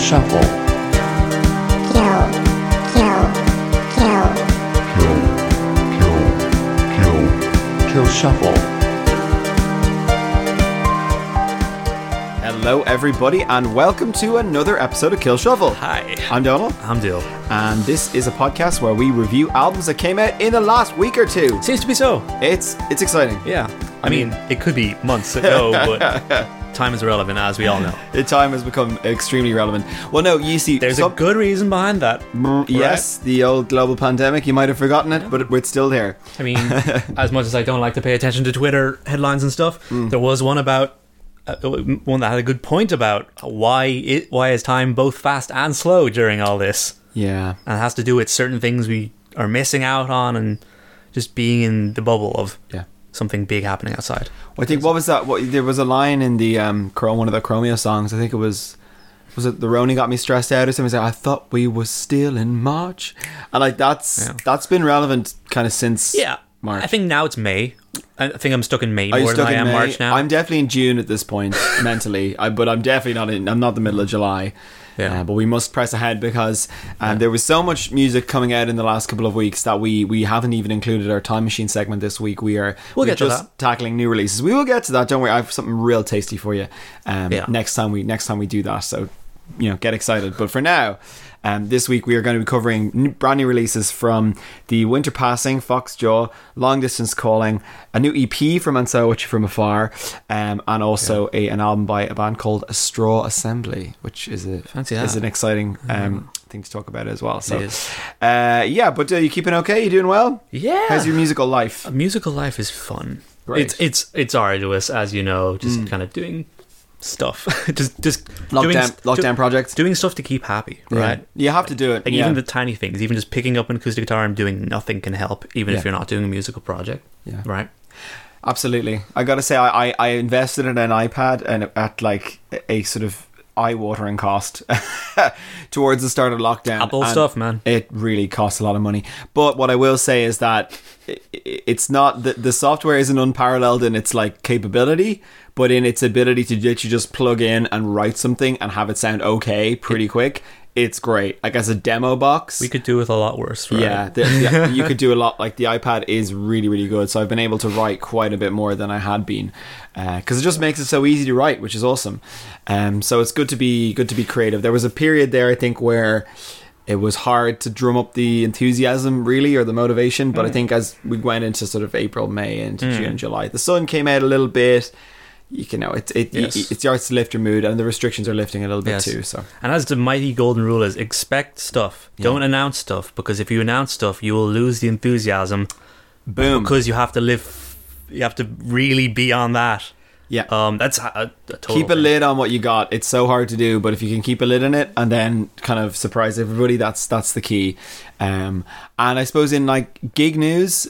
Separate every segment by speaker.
Speaker 1: shuffle.
Speaker 2: kill, kill, kill,
Speaker 3: kill, kill, kill,
Speaker 1: Kill shuffle.
Speaker 4: Hello, everybody, and welcome to another episode of Kill Shovel.
Speaker 5: Hi.
Speaker 4: I'm Donald,
Speaker 5: I'm Dill.
Speaker 4: and this is a podcast where we review albums that came out in the last week or two.
Speaker 5: Seems to be so.
Speaker 4: It's it's exciting.
Speaker 5: Yeah. I mean, it could be months ago, but time is irrelevant, as we all know.
Speaker 4: The time has become extremely relevant. Well, no, you see,
Speaker 5: There's
Speaker 4: some-
Speaker 5: a good reason behind that.
Speaker 4: Mm, yes, the old global pandemic. You might have forgotten it, but it- it's still there.
Speaker 5: I mean, as much as I don't like to pay attention to Twitter headlines and stuff, there was one about uh, one that had a good point about why it, why is time both fast and slow during all this,
Speaker 4: Yeah,
Speaker 5: and it has to do with certain things we are missing out on and just being in the bubble of
Speaker 4: yeah.
Speaker 5: something big happening outside.
Speaker 4: I think what was that? What there was a line in the um Chrome, one of the Chromio songs. I think it was was it the Roni got me stressed out or something. It's Like, I thought we were still in March, and like that's
Speaker 5: Yeah.
Speaker 4: that's been relevant kind of since
Speaker 5: Yeah,
Speaker 4: March.
Speaker 5: I think now it's May. I think I'm stuck in May
Speaker 4: Are you
Speaker 5: more than
Speaker 4: stuck
Speaker 5: I
Speaker 4: in
Speaker 5: am
Speaker 4: May?
Speaker 5: March now.
Speaker 4: I'm definitely in June at this point mentally, I, but I'm definitely not in. I'm not the middle of July.
Speaker 5: Yeah.
Speaker 4: Uh, but we must press ahead because um, there was so much music coming out in the last couple of weeks that we we haven't even included our time machine segment this week. We are
Speaker 5: We'll
Speaker 4: we're
Speaker 5: get to
Speaker 4: just
Speaker 5: that.
Speaker 4: tackling new releases. We will get to that. Don't worry. I have something real tasty for you. Um,
Speaker 5: Yeah.
Speaker 4: Next time we next time we do that. So you know, get excited. But for now. Um, this week we are going to be covering n- brand new releases from the Winter Passing, Foxjaw, Long Distance Calling, a new EP from And So What You From Afar, um, and also a, an album by a band called A Straw Assembly, which is a
Speaker 5: Fancy
Speaker 4: is
Speaker 5: that. Mm-hmm.
Speaker 4: an exciting um, thing to talk about as well. So,
Speaker 5: is.
Speaker 4: uh, yeah, but uh, you keeping okay? You doing well?
Speaker 5: Yeah.
Speaker 4: How's your musical life?
Speaker 5: musical life is fun.
Speaker 4: Great. Mm.
Speaker 5: It's it's it's arduous, as you know, just kind of doing stuff, just just doing,
Speaker 4: Lockdown,
Speaker 5: s-
Speaker 4: lockdown projects.
Speaker 5: doing stuff to keep happy,
Speaker 4: Yeah.
Speaker 5: right?
Speaker 4: You have to do it.
Speaker 5: Like
Speaker 4: yeah.
Speaker 5: even the tiny things, even just picking up an acoustic guitar and doing nothing can help, even
Speaker 4: Yeah.
Speaker 5: if you're not doing a musical project,
Speaker 4: Yeah.
Speaker 5: right?
Speaker 4: Absolutely. I got to say, I, I, I invested in an iPad and at like a sort of eye watering cost towards the start of lockdown.
Speaker 5: Apple
Speaker 4: and
Speaker 5: stuff, man.
Speaker 4: It really costs a lot of money. But what I will say is that i- i- it's not, the, the software isn't unparalleled in its like capability, but in its ability to let you just plug in and write something and have it sound okay pretty quick. It's great. Like as a demo box.
Speaker 5: We could do with a lot worse, right?
Speaker 4: Yeah, the, yeah, you could do a lot. Like the iPad is really, really good. So I've been able to write quite a bit more than I had been, because it just makes it so easy to write, which is awesome. Um, so it's good to be good to be creative. There was a period there, I think, where it was hard to drum up the enthusiasm, really, or the motivation.
Speaker 5: Mm.
Speaker 4: But I think as we went into sort of April, May, into June, July, the sun came out a little bit. You can know it. It,
Speaker 5: Yes.
Speaker 4: it it starts to lift your mood, and the restrictions are lifting a little bit
Speaker 5: Yes.
Speaker 4: too. So
Speaker 5: And as the mighty golden rule is, expect stuff. Don't announce stuff because if you announce stuff, you will lose the enthusiasm.
Speaker 4: Boom.
Speaker 5: Because you have to live. You have to really be on that.
Speaker 4: yeah.
Speaker 5: Um, that's a, a total
Speaker 4: keep a
Speaker 5: thing.
Speaker 4: lid on what you got. It's so hard to do, but if you can keep a lid on it and then kind of surprise everybody, that's that's the key. Um, and I suppose in like gig news,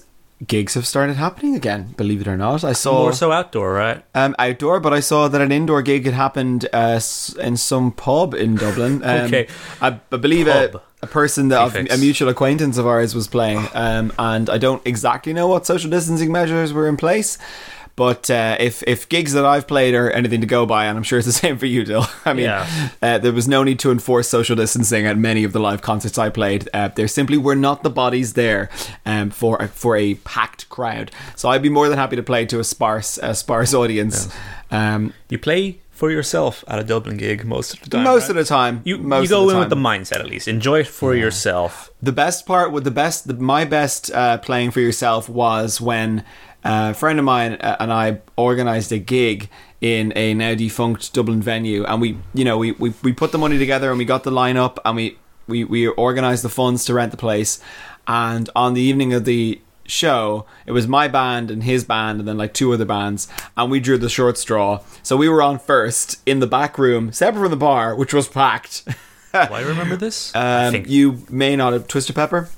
Speaker 4: gigs have started happening again. Believe it or not, I saw
Speaker 5: More so outdoor, right?
Speaker 4: um, outdoor, but I saw that an indoor gig had happened uh, s- in some pub in Dublin. Um,
Speaker 5: Okay.
Speaker 4: I, I believe a,
Speaker 5: Pub.
Speaker 4: a person that of,
Speaker 5: Prefix.
Speaker 4: a mutual acquaintance of ours was playing, um, and I don't exactly know what social distancing measures were in place. But uh, if if gigs that I've played are anything to go by, and I'm sure it's the same for you, Dill. I mean,
Speaker 5: Yeah.
Speaker 4: uh, there was no need to enforce social distancing at many of the live concerts I played. Uh, there simply were not the bodies there um, for a, for a packed crowd. So I'd be more than happy to play to a sparse a sparse audience. Um,
Speaker 5: You play for yourself at a Dublin gig most of the time.
Speaker 4: most
Speaker 5: right?
Speaker 4: of the time,
Speaker 5: You
Speaker 4: most
Speaker 5: you go
Speaker 4: of the
Speaker 5: in with the
Speaker 4: time.
Speaker 5: mindset at least. Enjoy it for yourself.
Speaker 4: The best part with the best, the, my best uh, playing for yourself was when uh, a friend of mine uh, and I organized a gig in a now defunct Dublin venue, and we, you know, we, we, we put the money together and we got the line up and we, we we organized the funds to rent the place, and on the evening of the show it was my band and his band and then like two other bands and we drew the short straw so we were on first in the back room separate from the bar which was packed
Speaker 5: Do I remember this? I
Speaker 4: um,
Speaker 5: think
Speaker 4: you may not have twisted pepper.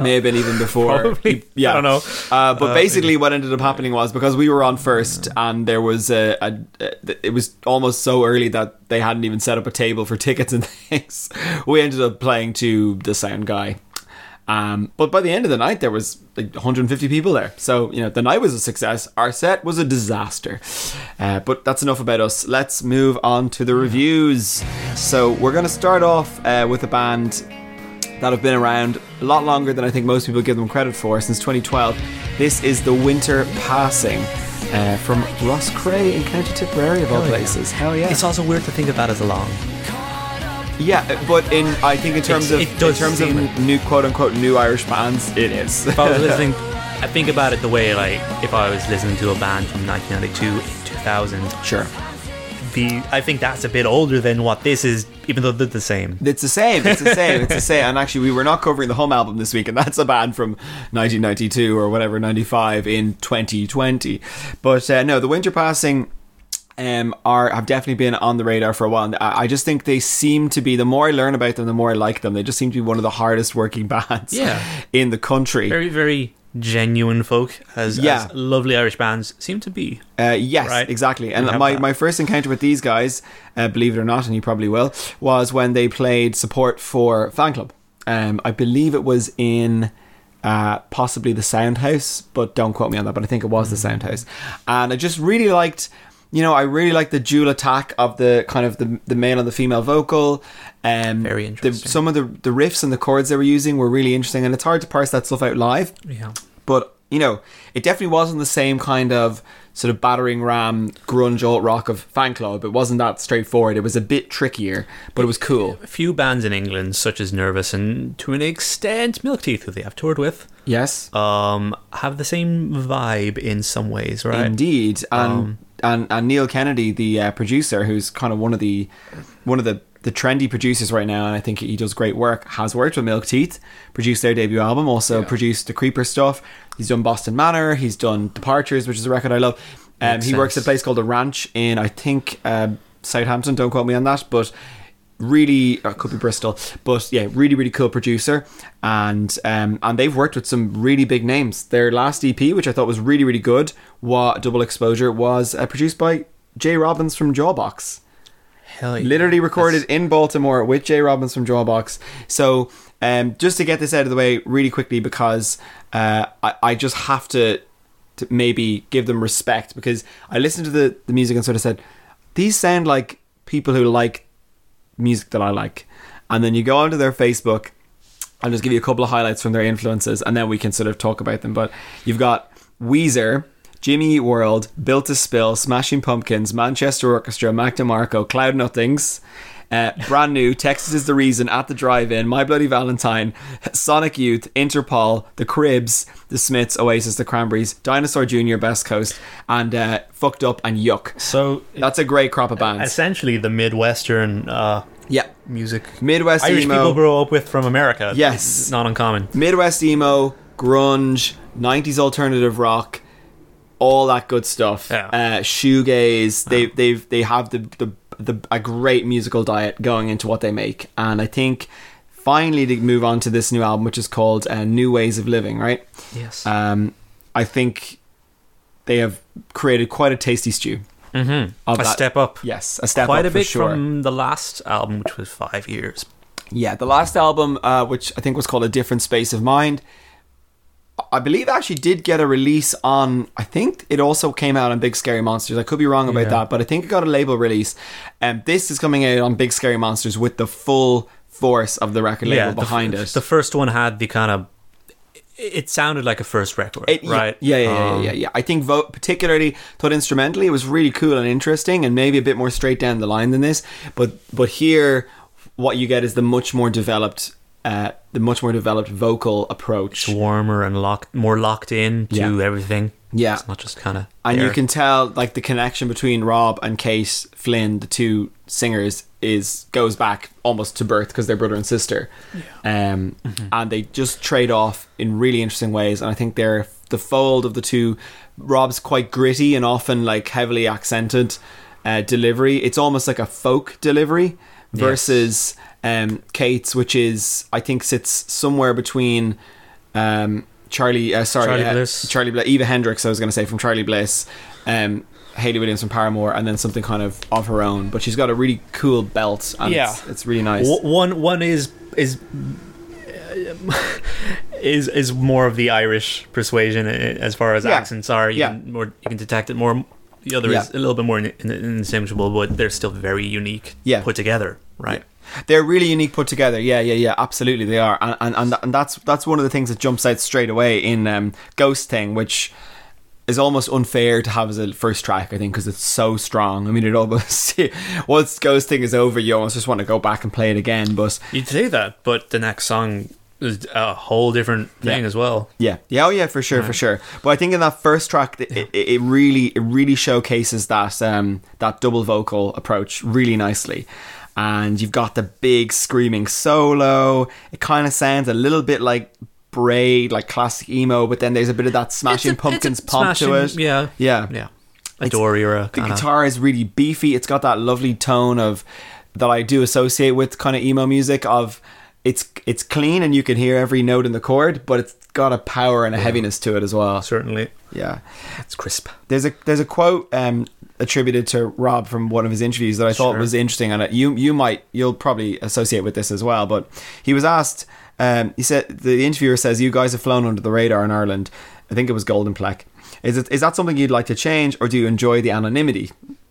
Speaker 4: May have been even before.
Speaker 5: Probably.
Speaker 4: You- yeah,
Speaker 5: I don't know.
Speaker 4: Uh, but
Speaker 5: Uh,
Speaker 4: basically, what ended up happening was because we were on first, and there was a, a, a- It was almost so early that they hadn't even set up a table for tickets and things. We ended up playing to the sound guy, Um, but by the end of the night, there was like 150 people there. So you know, the night was a success. Our set was a disaster. Uh, but that's enough about us. Let's move on to the reviews. So we're going to start off uh, with a band that have been around a lot longer than I think most people give them credit for since 2012. This is The Winter Passing uh, from Ross Cray in County Tipperary, of all places. Hell yeah.
Speaker 5: It's also weird to think of that as a long.
Speaker 4: yeah, but in I think in terms
Speaker 5: It's-
Speaker 4: of
Speaker 5: it does
Speaker 4: in terms of
Speaker 5: seem like-
Speaker 4: new quote unquote new Irish bands, it is.
Speaker 5: If I was listening, I think about it the way like if I was listening to a band from 1992, 2000.
Speaker 4: sure.
Speaker 5: The I think that's a bit older than what this is, even though they're the same.
Speaker 4: It's the same. It's the same. It's the same. And actually, we were not covering the Hum album this week, and that's a band from 1992 or whatever, 95 in 2020. But uh, no, the Winter Passing um, are have definitely been on the radar for a while. And I, I just think they seem to be. The more I learn about them, the more I like them. They just seem to be one of the hardest working bands
Speaker 5: Yeah.
Speaker 4: in the country.
Speaker 5: Very very genuine folk, as,
Speaker 4: Yeah.
Speaker 5: as lovely Irish bands seem to be.
Speaker 4: Uh, yes,
Speaker 5: Right.
Speaker 4: exactly. And
Speaker 5: We have
Speaker 4: my,
Speaker 5: that.
Speaker 4: my first encounter with these guys, uh, believe it or not, and you probably will, was when they played support for Fan Club. Um, I believe it was in uh, possibly the Sound House, but don't quote me on that, but I think it was the
Speaker 5: Hmm.
Speaker 4: Sound House. And I just really liked. You know, I really liked the dual attack of the kind of the, the male and the female vocal. Um,
Speaker 5: Very
Speaker 4: the-
Speaker 5: interesting.
Speaker 4: some of the, the riffs and the chords they were using were really interesting, and it's hard to parse that stuff out live
Speaker 5: Yeah.
Speaker 4: but you know, it definitely wasn't the same kind of sort of battering ram grunge alt rock of fan club. It wasn't that straightforward. It was a bit trickier, but it was cool.
Speaker 5: Few bands in England, such as Nervous and to an extent Milkteeth, who they have toured with,
Speaker 4: Yes,
Speaker 5: um, have the same vibe in some ways, right?
Speaker 4: indeed. And and and Neil Kennedy, the uh, producer, who's kind of one of the one of the the trendy producers right now, and I think he does great work. Has worked with Milk Teeth, produced their debut album, also produced the Creeper stuff. He's done Boston Manor. He's done Departures, which is a record I love. Um,
Speaker 5: Makes
Speaker 4: he works at a
Speaker 5: sense.
Speaker 4: place called the Ranch in I think um, Southampton. Don't quote me on that, but really or it could be Bristol. But yeah, really really cool producer, and um, and they've worked with some really big names. Their last EP, which I thought was really really good, wa Double Exposure, was uh, produced by Jay Robbins from Jawbox.
Speaker 5: Hell yeah.
Speaker 4: Literally recorded in Baltimore with Jay Robbins from Jawbox. So, um, just to get this out of the way really quickly, because uh, I, I just have to, to maybe give them respect because I listened to the, the music and sort of said, these sound like people who like music that I like. And then you go onto their Facebook. I'll just give you a couple of highlights from their influences and then we can sort of talk about them. But you've got Weezer, Jimmy Eat World, Built to Spill, Smashing Pumpkins, Manchester Orchestra, Mac DeMarco, Cloud Nothings. Uh, brand new Texas is the reason at the drive-in My Bloody Valentine Sonic Youth Interpol The Cribs The Smiths Oasis The Cranberries Dinosaur Jr Best Coast and uh, Fucked Up and Yuck
Speaker 5: So
Speaker 4: that's a great crop of bands
Speaker 5: essentially the Midwestern uh,
Speaker 4: yeah
Speaker 5: music.
Speaker 4: Midwest
Speaker 5: Irish
Speaker 4: emo.
Speaker 5: people grow up with from America.
Speaker 4: uh, Yes.
Speaker 5: It's not uncommon.
Speaker 4: Midwest emo, grunge, 90s alternative rock, all that good stuff.
Speaker 5: Yeah.
Speaker 4: Uh, shoegaze. They they've they have the, the the a great musical diet going into what they make, and I think finally to move on to this new album, which is called uh, New Ways of Living. Right.
Speaker 5: Yes.
Speaker 4: Um, I think they have created quite a tasty stew.
Speaker 5: mm-hmm.
Speaker 4: of
Speaker 5: A
Speaker 4: that-
Speaker 5: step up.
Speaker 4: Yes, a step
Speaker 5: Quite
Speaker 4: up
Speaker 5: a bit
Speaker 4: for sure.
Speaker 5: from the last album, which was five years.
Speaker 4: Yeah, the last album, uh, which I think was called A Different Space of Mind, I believe actually did get a release on. I think it also came out on Big Scary Monsters. I could be wrong about
Speaker 5: Yeah.
Speaker 4: that, but I think it got a label release. And this is coming out on Big Scary Monsters with the full force of the record label
Speaker 5: the f-
Speaker 4: behind
Speaker 5: The
Speaker 4: it.
Speaker 5: first one had the kind of. It sounded like a first record,
Speaker 4: It- yeah,
Speaker 5: right?
Speaker 4: Yeah, yeah, yeah,
Speaker 5: Um,
Speaker 4: yeah, yeah. I think vote particularly thought instrumentally it was really cool and interesting, and maybe a bit more straight down the line than this. But but here, what you get is the much more developed, uh, the much more developed vocal approach.
Speaker 5: warmer and locked, more locked in to
Speaker 4: Yeah.
Speaker 5: everything.
Speaker 4: Yeah.
Speaker 5: it's not just kind of.
Speaker 4: and you can tell like the connection between Rob and Kate Flynn, the two singers, is goes back almost to birth because they're brother and sister, um,
Speaker 5: Mm-hmm.
Speaker 4: and they just trade off in really interesting ways. And I think they're the fold of the two. Rob's quite gritty and often like heavily accented uh, delivery. It's almost like a folk delivery versus um, Kate's, which is I think sits somewhere between. Um, Charlie, uh, sorry,
Speaker 5: Charlie
Speaker 4: uh,
Speaker 5: Bliss.
Speaker 4: Charlie Bla- Eva Hendricks, I was going to say, from Charlie Bliss, um, Haley Williams from Paramore, and then something kind of of her own. But she's got a really cool belt, and
Speaker 5: Yeah.
Speaker 4: it's, it's really nice.
Speaker 5: W- one one is is is is more of the Irish persuasion i- as far as
Speaker 4: Yeah.
Speaker 5: accents are. You
Speaker 4: Yeah.
Speaker 5: can more you can detect it more. The other is
Speaker 4: Yeah.
Speaker 5: a little bit more in, in, indistinguishable, but they're still very unique.
Speaker 4: Yeah.
Speaker 5: put together, right?
Speaker 4: They're really unique put together. Yeah, yeah, yeah. Absolutely, they are. And and and, tha- and that's that's one of the things that jumps out straight away in um, Ghost Thing, which is almost unfair to have as a first track. I think because it's so strong. I mean, it almost once Ghost Thing is over, you almost just want to go back and play it again. But
Speaker 5: You'd say that, but the next song is a whole different thing
Speaker 4: Yeah.
Speaker 5: as well.
Speaker 4: Yeah, yeah, oh yeah, for sure, for sure. But I think in that first track, it, it, it really, it really showcases that um, that double vocal approach really nicely. And you've got the big screaming solo. It kind of sounds a little bit like Braid, like classic emo, but then there's a bit of that smashing
Speaker 5: It's a-
Speaker 4: pumpkins
Speaker 5: it's a
Speaker 4: pop to it.
Speaker 5: smashing- Yeah,
Speaker 4: yeah,
Speaker 5: yeah. uh, A Dory or a
Speaker 4: The
Speaker 5: kinda-
Speaker 4: guitar is really beefy. It's got that lovely tone of that I do associate with kind of emo music of it's it's clean and you can hear every note in the chord, but it's got a power and a heaviness to it as well.
Speaker 5: Certainly,
Speaker 4: Yeah.
Speaker 5: it's crisp.
Speaker 4: There's a there's a quote um, attributed to Rob from one of his interviews that I thought
Speaker 5: Sure.
Speaker 4: was interesting, and you you might you'll probably associate with this as well. But he was asked, um, he said the interviewer says you guys have flown under the radar in Ireland. I think it was Golden Plaque. Is it is that something you'd like to change, or do you enjoy the anonymity?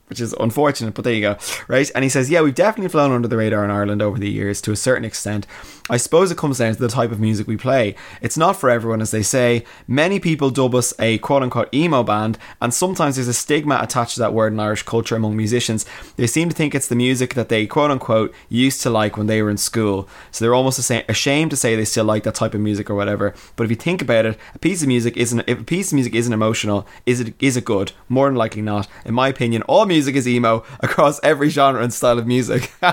Speaker 4: Which is unfortunate, but there you go, right? And he says, "Yeah, we've definitely flown under the radar in Ireland over the years to a certain extent. I suppose it comes down to the type of music we play. It's not for everyone, as they say. Many people dub us a quote unquote emo band, and sometimes there's a stigma attached to that word in Irish culture among musicians. They seem to think it's the music that they quote unquote used to like when they were in school. So they're almost asa- ashamed to say they still like that type of music or whatever. But if you think about it, a piece of music isn't if a piece of music isn't emotional, is it is it good? More than likely not. In my opinion, all music is emo across every genre and style of music.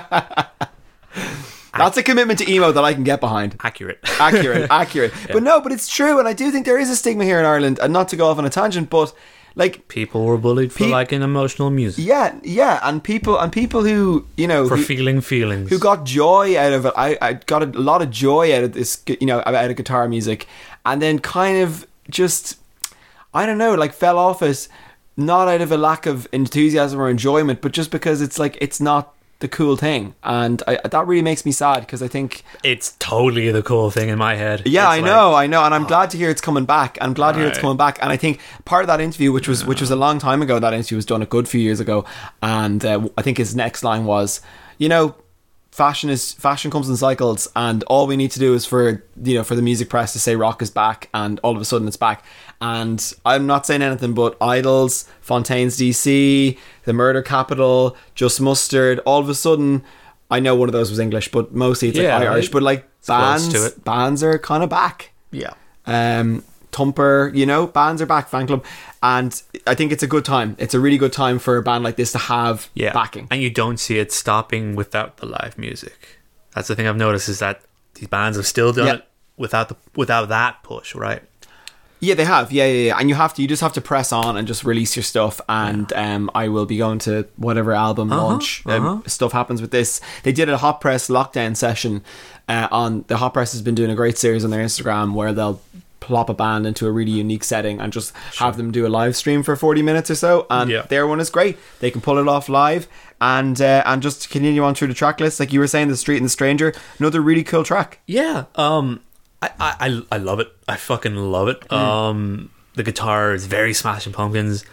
Speaker 4: That's a commitment to emo that I can get behind
Speaker 5: Accurate.
Speaker 4: accurate, accurate. But no, but it's true, and I do think there is a stigma here in Ireland. And not to go off on a tangent, but like,
Speaker 5: People were bullied for
Speaker 4: Pe-
Speaker 5: liking emotional music,
Speaker 4: yeah, yeah, and people and people who you know
Speaker 5: for
Speaker 4: who,
Speaker 5: feeling feelings.
Speaker 4: who got joy out of it. I, I got a lot of joy out of this, gu- you know, out of guitar music, and then kind of just, I don't know, like fell off it, not out of a lack of enthusiasm or enjoyment, but just because it's like it's not the cool thing, and I, that really makes me sad because I think.
Speaker 5: It's totally the cool thing in my head.
Speaker 4: Yeah, I
Speaker 5: It's like- oh.
Speaker 4: know, I know, and I'm glad to hear it's coming back. I'm glad to hear it's
Speaker 5: Right.
Speaker 4: coming back, and I think part of that interview, which was which was a long time ago, that interview was done a good few years ago, and uh, I think his next line was, you know, fashion is fashion comes in cycles, and all we need to do is for you know for the music press to say rock is back, and all of a sudden it's back. And I'm not saying anything, but Idols, Fontaine's DC, The Murder Capital, Just Mustard, all of a sudden. I know one of those was English, but mostly it's
Speaker 5: Yeah,
Speaker 4: like Irish.
Speaker 5: right.
Speaker 4: But like
Speaker 5: close
Speaker 4: bands
Speaker 5: to it.
Speaker 4: bands are kind of back.
Speaker 5: Yeah.
Speaker 4: Um, Thumper, you know, bands are back, fan club, and I think it's a good time. It's a really good time for a band like this to have
Speaker 5: yeah.
Speaker 4: backing.
Speaker 5: And you don't see it stopping without the live music. That's the thing I've noticed is that these bands have still done
Speaker 4: Yeah.
Speaker 5: it without the without that push, right?
Speaker 4: Yeah, they have. Yeah, yeah, yeah. And you have to, you just have to press on and just release your stuff. And um, I will be going to whatever album launch um,
Speaker 5: uh-huh.
Speaker 4: stuff happens with this. They did a hot press lockdown session. Uh, on the hot press has been doing a great series on their Instagram where they'll plop a band into a really unique setting and just have them do a live stream for 40 minutes or so and
Speaker 5: Yeah.
Speaker 4: their one is great they can pull it off live and uh, and just continue on through the track list like you were saying the street and the stranger another really cool track
Speaker 5: Yeah. Um I, I, I- I love it. I fucking love it. Um the guitar is very smashing pumpkins.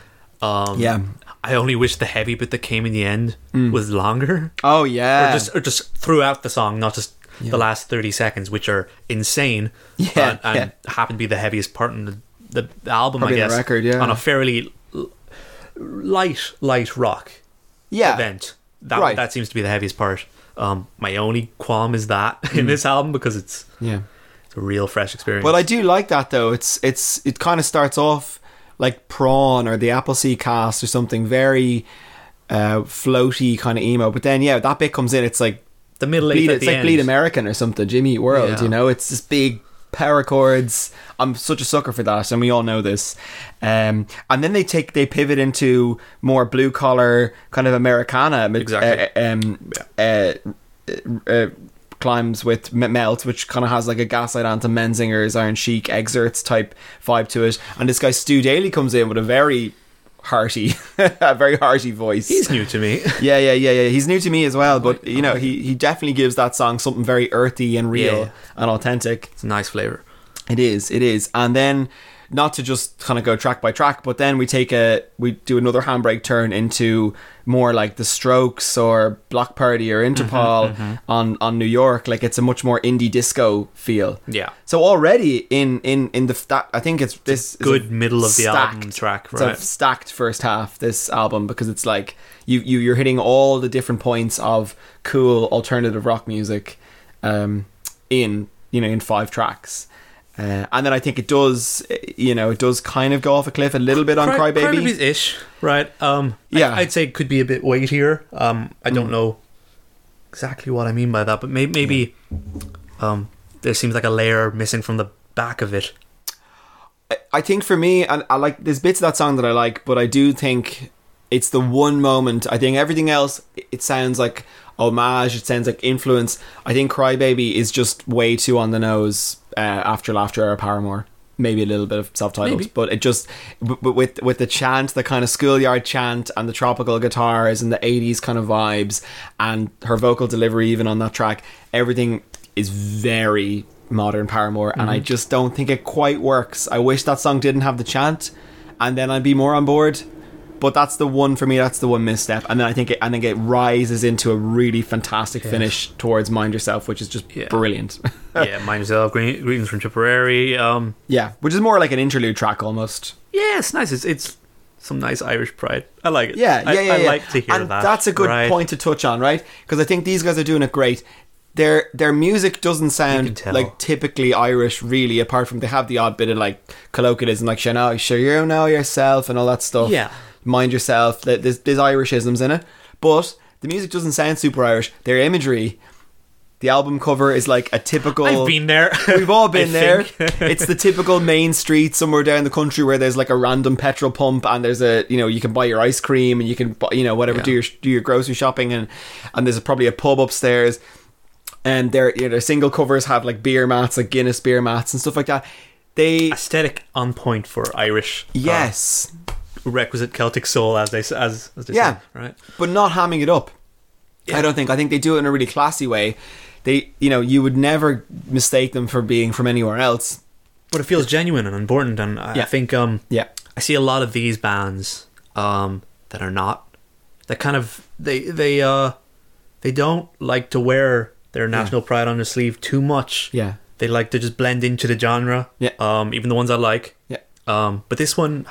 Speaker 5: Um
Speaker 4: Yeah. Mm.
Speaker 5: I only wish the heavy bit that came in the end was longer.
Speaker 4: oh
Speaker 5: or
Speaker 4: yeah
Speaker 5: just or just throughout the song, not just the last thirty seconds, which are insane.
Speaker 4: Yeah,
Speaker 5: and, and happen to be the heaviest part in the, the album,
Speaker 4: Probably
Speaker 5: I
Speaker 4: the
Speaker 5: guess,
Speaker 4: record, yeah.
Speaker 5: on a fairly l- light light rock
Speaker 4: yeah
Speaker 5: event. That
Speaker 4: Right.
Speaker 5: that seems to be the heaviest part. Um, my only qualm is that in this album because it's
Speaker 4: Hmm. yeah
Speaker 5: it's a real fresh experience.
Speaker 4: But I do like that though. It's it's it kind of starts off like prawn or the Appleseed cast or something very uh, floaty kind of emo. But then yeah, that bit comes in. It's like
Speaker 5: the middle eight
Speaker 4: bleed,
Speaker 5: at
Speaker 4: it's
Speaker 5: the
Speaker 4: like
Speaker 5: end,
Speaker 4: bleed American or something. Jimmy Eat World.
Speaker 5: Yeah.
Speaker 4: You know, it's this big power chords. I'm such a sucker for that, and we all know this. Um, and then they take they pivot into more blue collar kind of Americana. mid-
Speaker 5: Exactly.
Speaker 4: Uh, um, uh, uh, climbs with M- Melt, which kind of has like a Gaslight Anthem, Menzinger's Iron Chic excerpts type vibe to it. And this guy Stu Daly comes in with a very hearty, a very hearty voice.
Speaker 5: He's new to me.
Speaker 4: yeah, yeah, yeah, yeah. He's new to me as well, but you know, he, he definitely gives that song something very earthy and real
Speaker 5: Yeah.
Speaker 4: and authentic.
Speaker 5: It's a nice flavor.
Speaker 4: It is, it is. And then not to just kind of go track by track, but then we take a we do another handbrake turn into more like the Strokes or Block Party or
Speaker 5: Mm-hmm,
Speaker 4: Interpol on on New York. Like it's a much more indie disco feel.
Speaker 5: Yeah.
Speaker 4: So already in in in the f- that I think it's this is a
Speaker 5: good middle of the album track,
Speaker 4: it's a
Speaker 5: right.
Speaker 4: stacked first half this album because it's like you, you you're hitting all the different points of cool alternative rock music um in you know in five tracks uh, and then I think it does eh, you know it does kind of go off a cliff a little bit on
Speaker 5: Cry-
Speaker 4: Crybaby
Speaker 5: Crybaby's ish, right? Um, I-
Speaker 4: Yeah.
Speaker 5: I'd say it could be a bit weightier. Um, I don't know exactly what I mean by that, but may- maybe um, there seems like a layer missing from the back of it.
Speaker 4: I- I think for me, and I like there's bits of that song that I like, but I do think it's the one moment. I think everything else, it- it sounds like homage. It sounds like influence. I think Crybaby is just way too on the nose. Uh, after laughter or Paramore, maybe a little bit of self-titled,
Speaker 5: Maybe.
Speaker 4: but it just but but with with the chant, the kind of schoolyard chant, and the tropical guitars and the '80s kind of vibes, and her vocal delivery even on that track, everything is very modern Paramore, and I just don't think it quite works. I wish that song didn't have the chant, and then I'd be more on board. But that's the one for me. That's the one misstep, and then I think it, I think it rises into a really fantastic finish towards "Mind Yourself," which is just
Speaker 5: Yeah.
Speaker 4: brilliant.
Speaker 5: yeah, mind yourself. Green- Greetings from Tipperary. Um,
Speaker 4: yeah, which is more like an interlude track almost.
Speaker 5: yeah, it's nice. It's, it's some nice Irish pride. I like it.
Speaker 4: Yeah, yeah,
Speaker 5: I,
Speaker 4: yeah,
Speaker 5: I
Speaker 4: yeah.
Speaker 5: like to hear
Speaker 4: and
Speaker 5: that.
Speaker 4: That's a good
Speaker 5: right?
Speaker 4: point to touch on, right? Because I think these guys are doing it great. Their their music doesn't sound
Speaker 5: tell.
Speaker 4: like typically Irish, really. Apart from they have the odd bit of like colloquialism, like "You know, sure you know yourself" and all that stuff.
Speaker 5: Yeah.
Speaker 4: mind yourself. There- There's, there's Irishisms in it, but the music doesn't sound super Irish. Their imagery, the album cover is like a typical.
Speaker 5: I've been there.
Speaker 4: We've all been
Speaker 5: I
Speaker 4: there.
Speaker 5: think.
Speaker 4: it's the typical main street somewhere down the country where there's like a random petrol pump and there's a you know you can buy your ice cream and you can buy, you know whatever do your do your grocery shopping and and there's probably a pub upstairs and their you know, their single covers have like beer mats like Guinness beer mats and stuff like that. They
Speaker 5: Aesthetic on point for Irish. uh,
Speaker 4: yes
Speaker 5: requisite Celtic soul, as they s- as, as they
Speaker 4: Yeah.
Speaker 5: say. Right.
Speaker 4: but not hamming it up. I don't think. I think they do it in a really classy way. They you know you would never mistake them for being from anywhere else.
Speaker 5: but it feels genuine and important and I,
Speaker 4: Yeah.
Speaker 5: I think um
Speaker 4: Yeah.
Speaker 5: I see a lot of these bands um that are not that kind of they they uh they don't like to wear their national pride on their sleeve too much.
Speaker 4: Yeah.
Speaker 5: They like to just blend into the genre.
Speaker 4: Yeah.
Speaker 5: Um even the ones I like.
Speaker 4: Yeah.
Speaker 5: Um but this one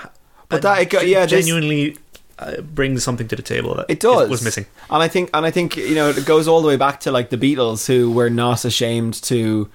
Speaker 4: But
Speaker 5: uh,
Speaker 4: that- it go-
Speaker 5: gen-
Speaker 4: yeah, this-
Speaker 5: genuinely uh, brings something to the table that
Speaker 4: It does.
Speaker 5: was missing.
Speaker 4: and I think, and I think you know, it goes all the way back to like the Beatles, who were not ashamed to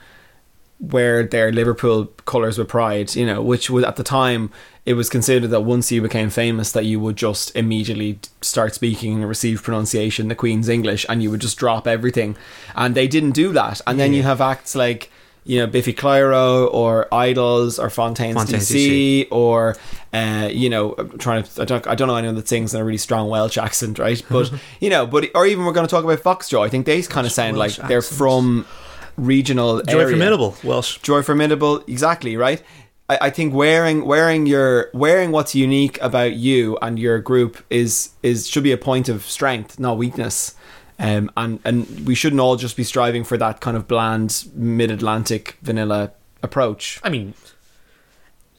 Speaker 4: wear their Liverpool colours with pride. You know, which was at the time it was considered that once you became famous, that you would just immediately start speaking and receive pronunciation the Queen's English, and you would just drop everything. And they didn't do that. And then you have acts like. You know Biffy Clyro or Idols or Fontaines,
Speaker 5: Fontaines
Speaker 4: DC,
Speaker 5: DC.
Speaker 4: or uh, you know, I'm trying to I don't I don't know anyone that sings in a really strong Welsh accent, right? But you know, but or even we're going to talk about Foxjaw. I think they kind of sound
Speaker 5: Welsh
Speaker 4: like they're
Speaker 5: accents.
Speaker 4: from regional.
Speaker 5: Joy
Speaker 4: area.
Speaker 5: Formidable, Welsh.
Speaker 4: Joy formidable, exactly right. I, I think wearing wearing your wearing what's unique about you and your group is is should be a point of strength, not weakness. Um, and and we shouldn't all just be striving for that kind of bland mid Atlantic vanilla approach.
Speaker 5: I mean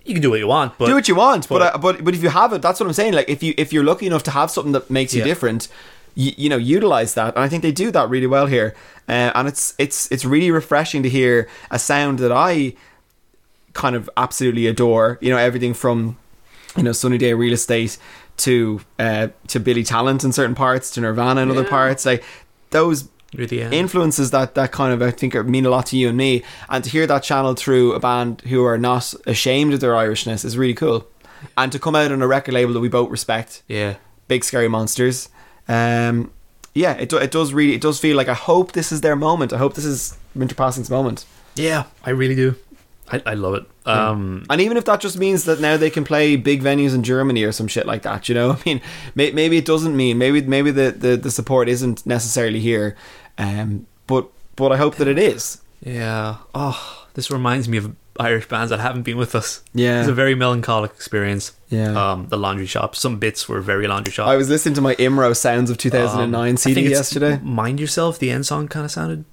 Speaker 5: you can do what you want, but
Speaker 4: do what you want, but
Speaker 5: but-
Speaker 4: but, but but if you have it, that's what I'm saying. Like if you if you're lucky enough to have something that makes you
Speaker 5: Yeah.
Speaker 4: different, you, you know, utilize that. And I think they do that really well here. Uh, and it's it's it's really refreshing to hear a sound that I kind of absolutely adore. You know, everything from you know Sunny Day Real Estate to uh, to Billy Talent in certain parts, to Nirvana in other parts, like those
Speaker 5: Near the end.
Speaker 4: influences that that kind of I think are- mean a lot to you and me, and to hear that channeled through a band who are not ashamed of their Irishness is really cool, and to come out on a record label that we both respect,
Speaker 5: yeah.
Speaker 4: Big Scary Monsters, um, yeah, it do, it does really it does feel like I hope this is their moment. I hope this is Winter Passing's moment,
Speaker 5: Yeah, I really do. I, I love it. Um,
Speaker 4: and even if that just means that now they can play big venues in Germany or some shit like that, you know, I mean, may, maybe it doesn't mean maybe maybe the the, the support isn't necessarily here, um, but but I hope that it is.
Speaker 5: yeah. Oh, this reminds me of Irish bands that haven't been with us.
Speaker 4: Yeah.
Speaker 5: it's a very melancholic experience.
Speaker 4: Yeah.
Speaker 5: um, the laundry shop. Some bits were very laundry shop.
Speaker 4: I was listening to my Imro Sounds of 2009
Speaker 5: Um, I
Speaker 4: CD
Speaker 5: think it's
Speaker 4: yesterday.
Speaker 5: Mind yourself. The end song kind of sounded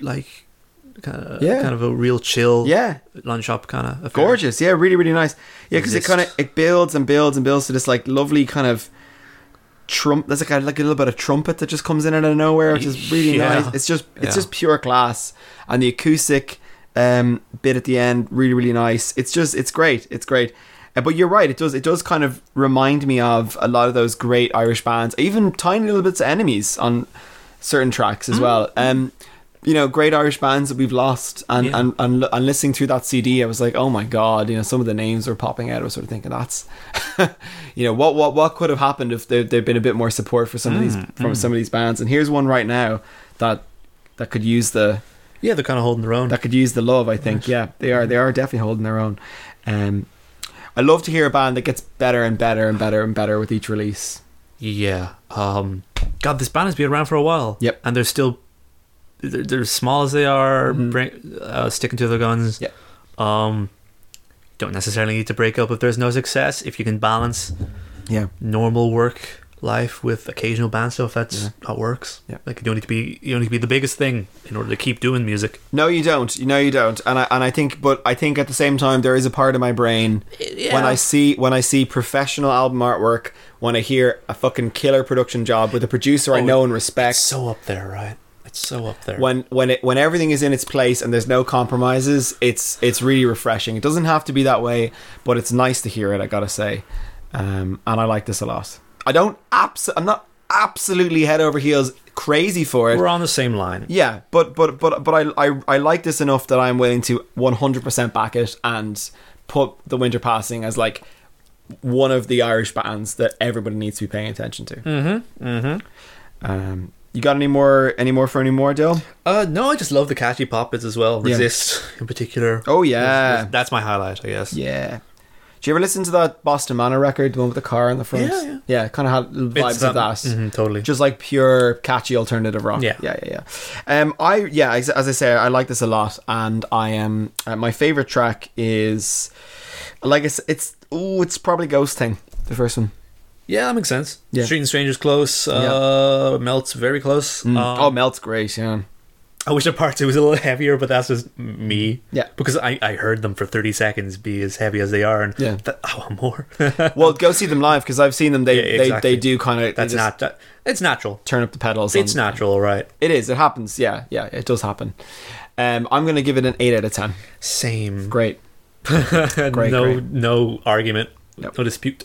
Speaker 5: like kind of
Speaker 4: Yeah.
Speaker 5: kind of a real chill.
Speaker 4: Yeah.
Speaker 5: lunch shop kind of affair.
Speaker 4: Gorgeous. Yeah, really, really nice. Yeah, because it
Speaker 5: Resist.
Speaker 4: kind of it builds and builds and builds to this like lovely kind of trump. There's like a, like a little bit of trumpet that just comes in out of nowhere, which is really
Speaker 5: Yeah.
Speaker 4: nice. It's just it's
Speaker 5: Yeah.
Speaker 4: just pure class, and the acoustic um, bit at the end really really nice. It's just it's great. It's great. Uh, But you're right. It does. It does kind of remind me of a lot of those great Irish bands, even tiny little bits of enemies on certain tracks
Speaker 5: Mm.
Speaker 4: as well. Um, you know, great Irish bands that we've lost, and
Speaker 5: Yeah.
Speaker 4: and and, and listening through that CD, I was like, oh my god, you know, some of the names were popping out. I was sort of thinking, that's, you know, what what what could have happened if there there'd been a bit more support for some of these from some of these bands. And here's one right now that that could use the
Speaker 5: Yeah, they're kind of holding their own.
Speaker 4: that could use the love. I think, yeah, they are they are definitely holding their own. Um, I love to hear a band that gets better and better and better and better with each release.
Speaker 5: Yeah. Um, God, this band has been around for a while.
Speaker 4: Yep.
Speaker 5: And they're still they're, they're as small as they are, bring, uh, sticking to their guns.
Speaker 4: Yep.
Speaker 5: Um, don't necessarily need to break up if there's no success. If you can balance
Speaker 4: Yeah,
Speaker 5: normal work life with occasional band stuff, that's that works.
Speaker 4: Yeah.
Speaker 5: Like you don't need to be you don't need to be the biggest thing in order to keep doing music.
Speaker 4: No, you don't. No, you don't. And I and I think, but I think at the same time, there is a part of my brain
Speaker 5: yeah.
Speaker 4: when I see when I see professional album artwork, when I hear a fucking killer production job with a producer I
Speaker 5: Oh,
Speaker 4: know and
Speaker 5: It's
Speaker 4: respect,
Speaker 5: so up there, right? It's so up there.
Speaker 4: when when it when everything is in its place and there's no compromises, it's it's really refreshing. It doesn't have to be that way, but it's nice to hear it. I gotta say, um, and I like this a lot. I don't abs- I'm not absolutely head over heels crazy for it.
Speaker 5: We're on the same line.
Speaker 4: Yeah, but but but but I I, I like this enough that I'm willing to 100% back it and put the Winter Passing as like one of the Irish bands that everybody needs to be paying attention to. Mm-hmm. Mm-hmm. Um, you got any more any more for any more, Dill?
Speaker 5: Uh, no, I just love the catchy pop bits as well.
Speaker 4: Yeah.
Speaker 5: Resist in particular.
Speaker 4: Oh, yeah.
Speaker 5: that's my highlight, I guess.
Speaker 4: Yeah. Do you ever listen to that Boston Manor record, the one with the car in the front?
Speaker 5: Yeah, yeah.
Speaker 4: kind of had little
Speaker 5: Bits
Speaker 4: vibes
Speaker 5: of
Speaker 4: of that.
Speaker 5: that. Mhm, totally.
Speaker 4: Just like pure catchy alternative rock.
Speaker 5: Yeah.
Speaker 4: yeah, yeah, yeah. Um, I yeah, as, as I say, I like this a lot, and I am uh, my favorite track is like it's it's oh, it's probably Ghost Thing, the first one.
Speaker 5: Yeah, that makes sense.
Speaker 4: Yeah.
Speaker 5: Street and Stranger's close. Uh, Melt's very close. Um,
Speaker 4: oh, Melt's great. Yeah,
Speaker 5: I wish the part two was a little heavier, but that's just me.
Speaker 4: Yeah.
Speaker 5: Because I, I heard them for 30 seconds be as heavy as they are, and
Speaker 4: Yeah.
Speaker 5: that, I want more.
Speaker 4: well, go see them live because I've seen them. They
Speaker 5: um, Yeah, exactly.
Speaker 4: they, they do kind of
Speaker 5: that's not. That, it's natural.
Speaker 4: turn up the pedals.
Speaker 5: It's
Speaker 4: and-
Speaker 5: natural, right?
Speaker 4: It is. It happens. Yeah, yeah. It does happen. Um, I'm gonna give it an eight out of ten.
Speaker 5: Same.
Speaker 4: Great. great,
Speaker 5: no,
Speaker 4: great.
Speaker 5: no argument.
Speaker 4: Nope.
Speaker 5: No dispute.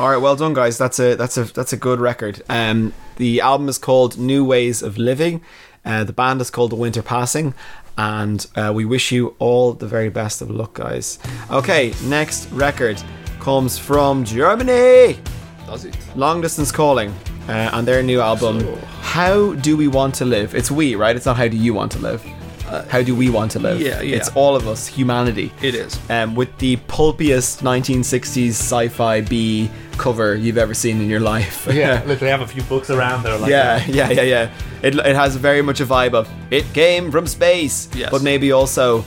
Speaker 4: All right, well done, guys. That's a that's a that's a good record. Um, the album is called New Ways of Living. Uh, the band is called The Winter Passing, and uh, we wish you all the very best of luck, guys. Okay, next record comes from Germany.
Speaker 5: Does it?
Speaker 4: Long Distance Calling, uh, and their new album. How do we want to live? It's we, right? It's not how do you want to live. how do we want to live?
Speaker 5: Uh, yeah, yeah.
Speaker 4: It's all of us, humanity
Speaker 5: It is.
Speaker 4: um, with the pulpiest 1960s sci-fi B cover you've ever seen in your life.
Speaker 5: Yeah. Look, they have a few books around there. Like
Speaker 4: yeah, yeah, yeah, yeah. It, it has very much a vibe of it came from space,
Speaker 5: Yes.
Speaker 4: but maybe also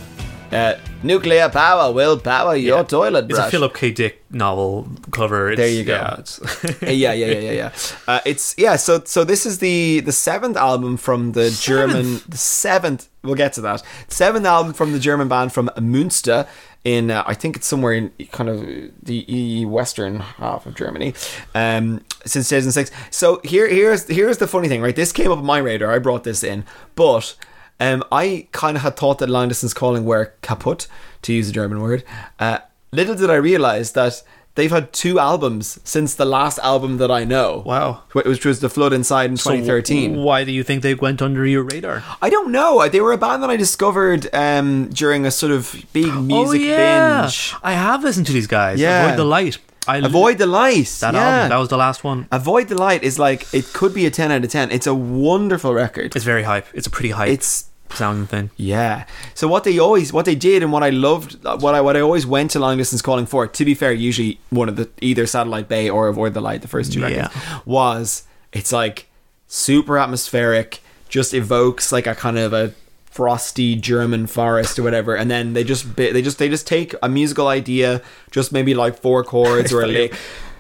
Speaker 4: uh, nuclear power will power your
Speaker 5: Yeah.
Speaker 4: toilet
Speaker 5: It's
Speaker 4: brush.
Speaker 5: a Philip K. Dick novel cover. It's,
Speaker 4: There you go.
Speaker 5: Yeah, it's-
Speaker 4: Uh, yeah, yeah, yeah, yeah, yeah. Uh, it's yeah. So, so this is the the seventh album from the German. The seventh. We'll get to that. Seventh album from the German band from Münster. In uh, I think it's somewhere in kind of the E western half of Germany, um, since 2006. So here, here's here's the funny thing, right? This came up on my radar. I brought this in, but um, I kind of had thought that long distance calling were kaputt, to use a German word. Uh, little did I realize that they've had two albums since the last album that I know.
Speaker 5: Wow.
Speaker 4: Wh- Which was The Flood Inside in
Speaker 5: So
Speaker 4: 2013.
Speaker 5: why do you think they went under your radar?
Speaker 4: I don't know. Uh, They were a band that I discovered um, during a sort of big
Speaker 5: Oh,
Speaker 4: music binge.
Speaker 5: I have listened to these guys.
Speaker 4: Yeah.
Speaker 5: Avoid the light. I li-
Speaker 4: Avoid the Light.
Speaker 5: that
Speaker 4: yeah. Uh,
Speaker 5: album. That was the last one.
Speaker 4: Avoid the Light is like, it could be a 10 out of 10. It's a wonderful record.
Speaker 5: It's very hype. It's a pretty hype
Speaker 4: it's
Speaker 5: sounding thing.
Speaker 4: Yeah. So what they always what they did and what I loved what I what I always went to long distance calling for, to be fair, usually one of the either satellite bay or avoid the light, the first two records,
Speaker 5: Yeah.
Speaker 4: was it's like super atmospheric, just evokes like a kind of a frosty German forest or whatever, and then they just bi- they just they just take a musical idea, just maybe like four chords or a lick,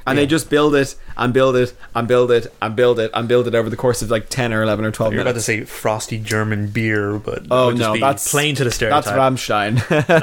Speaker 4: and they just build it and build it and build it and build it and build it over the course of like ten or eleven or twelve
Speaker 5: You're about to
Speaker 4: minutes.
Speaker 5: say frosty German beer, but
Speaker 4: Oh
Speaker 5: that would just
Speaker 4: no,
Speaker 5: be
Speaker 4: that's
Speaker 5: plain to the stereotype. Um,
Speaker 4: That's Ramstein.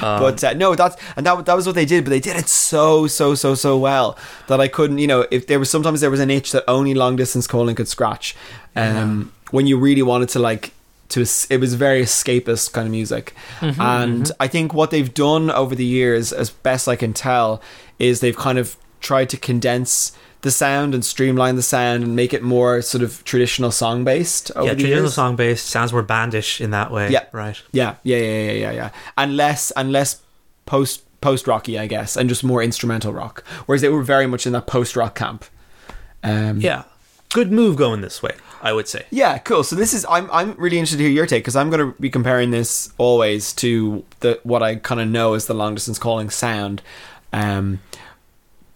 Speaker 5: Nine.
Speaker 4: but uh, no, that's and that that was what they did. But they did it so so so so well that I couldn't. You know, if there was sometimes there was an itch that only long distance calling could scratch. Um, when you really wanted to like to, es- it was very escapist kind of music.
Speaker 5: Mm-hmm,
Speaker 4: and I think what they've done over the years, as best I can tell, is they've kind of tried to condense. The sound and streamline the sound and make it more sort of traditional song based.
Speaker 5: yeah, traditional
Speaker 4: years.
Speaker 5: song based sounds more bandish in that way.
Speaker 4: Yeah.
Speaker 5: right.
Speaker 4: Yeah, yeah, yeah, yeah, yeah, yeah. And less and less post post rocky, I guess, and just more instrumental rock. Whereas they were very much in that post rock camp. Um,
Speaker 5: Yeah, good move going this way. I would say.
Speaker 4: yeah, cool. So this is I'm I'm really interested to hear your take because I'm going to be comparing this always to the what I kind of know is the long distance calling sound. Um,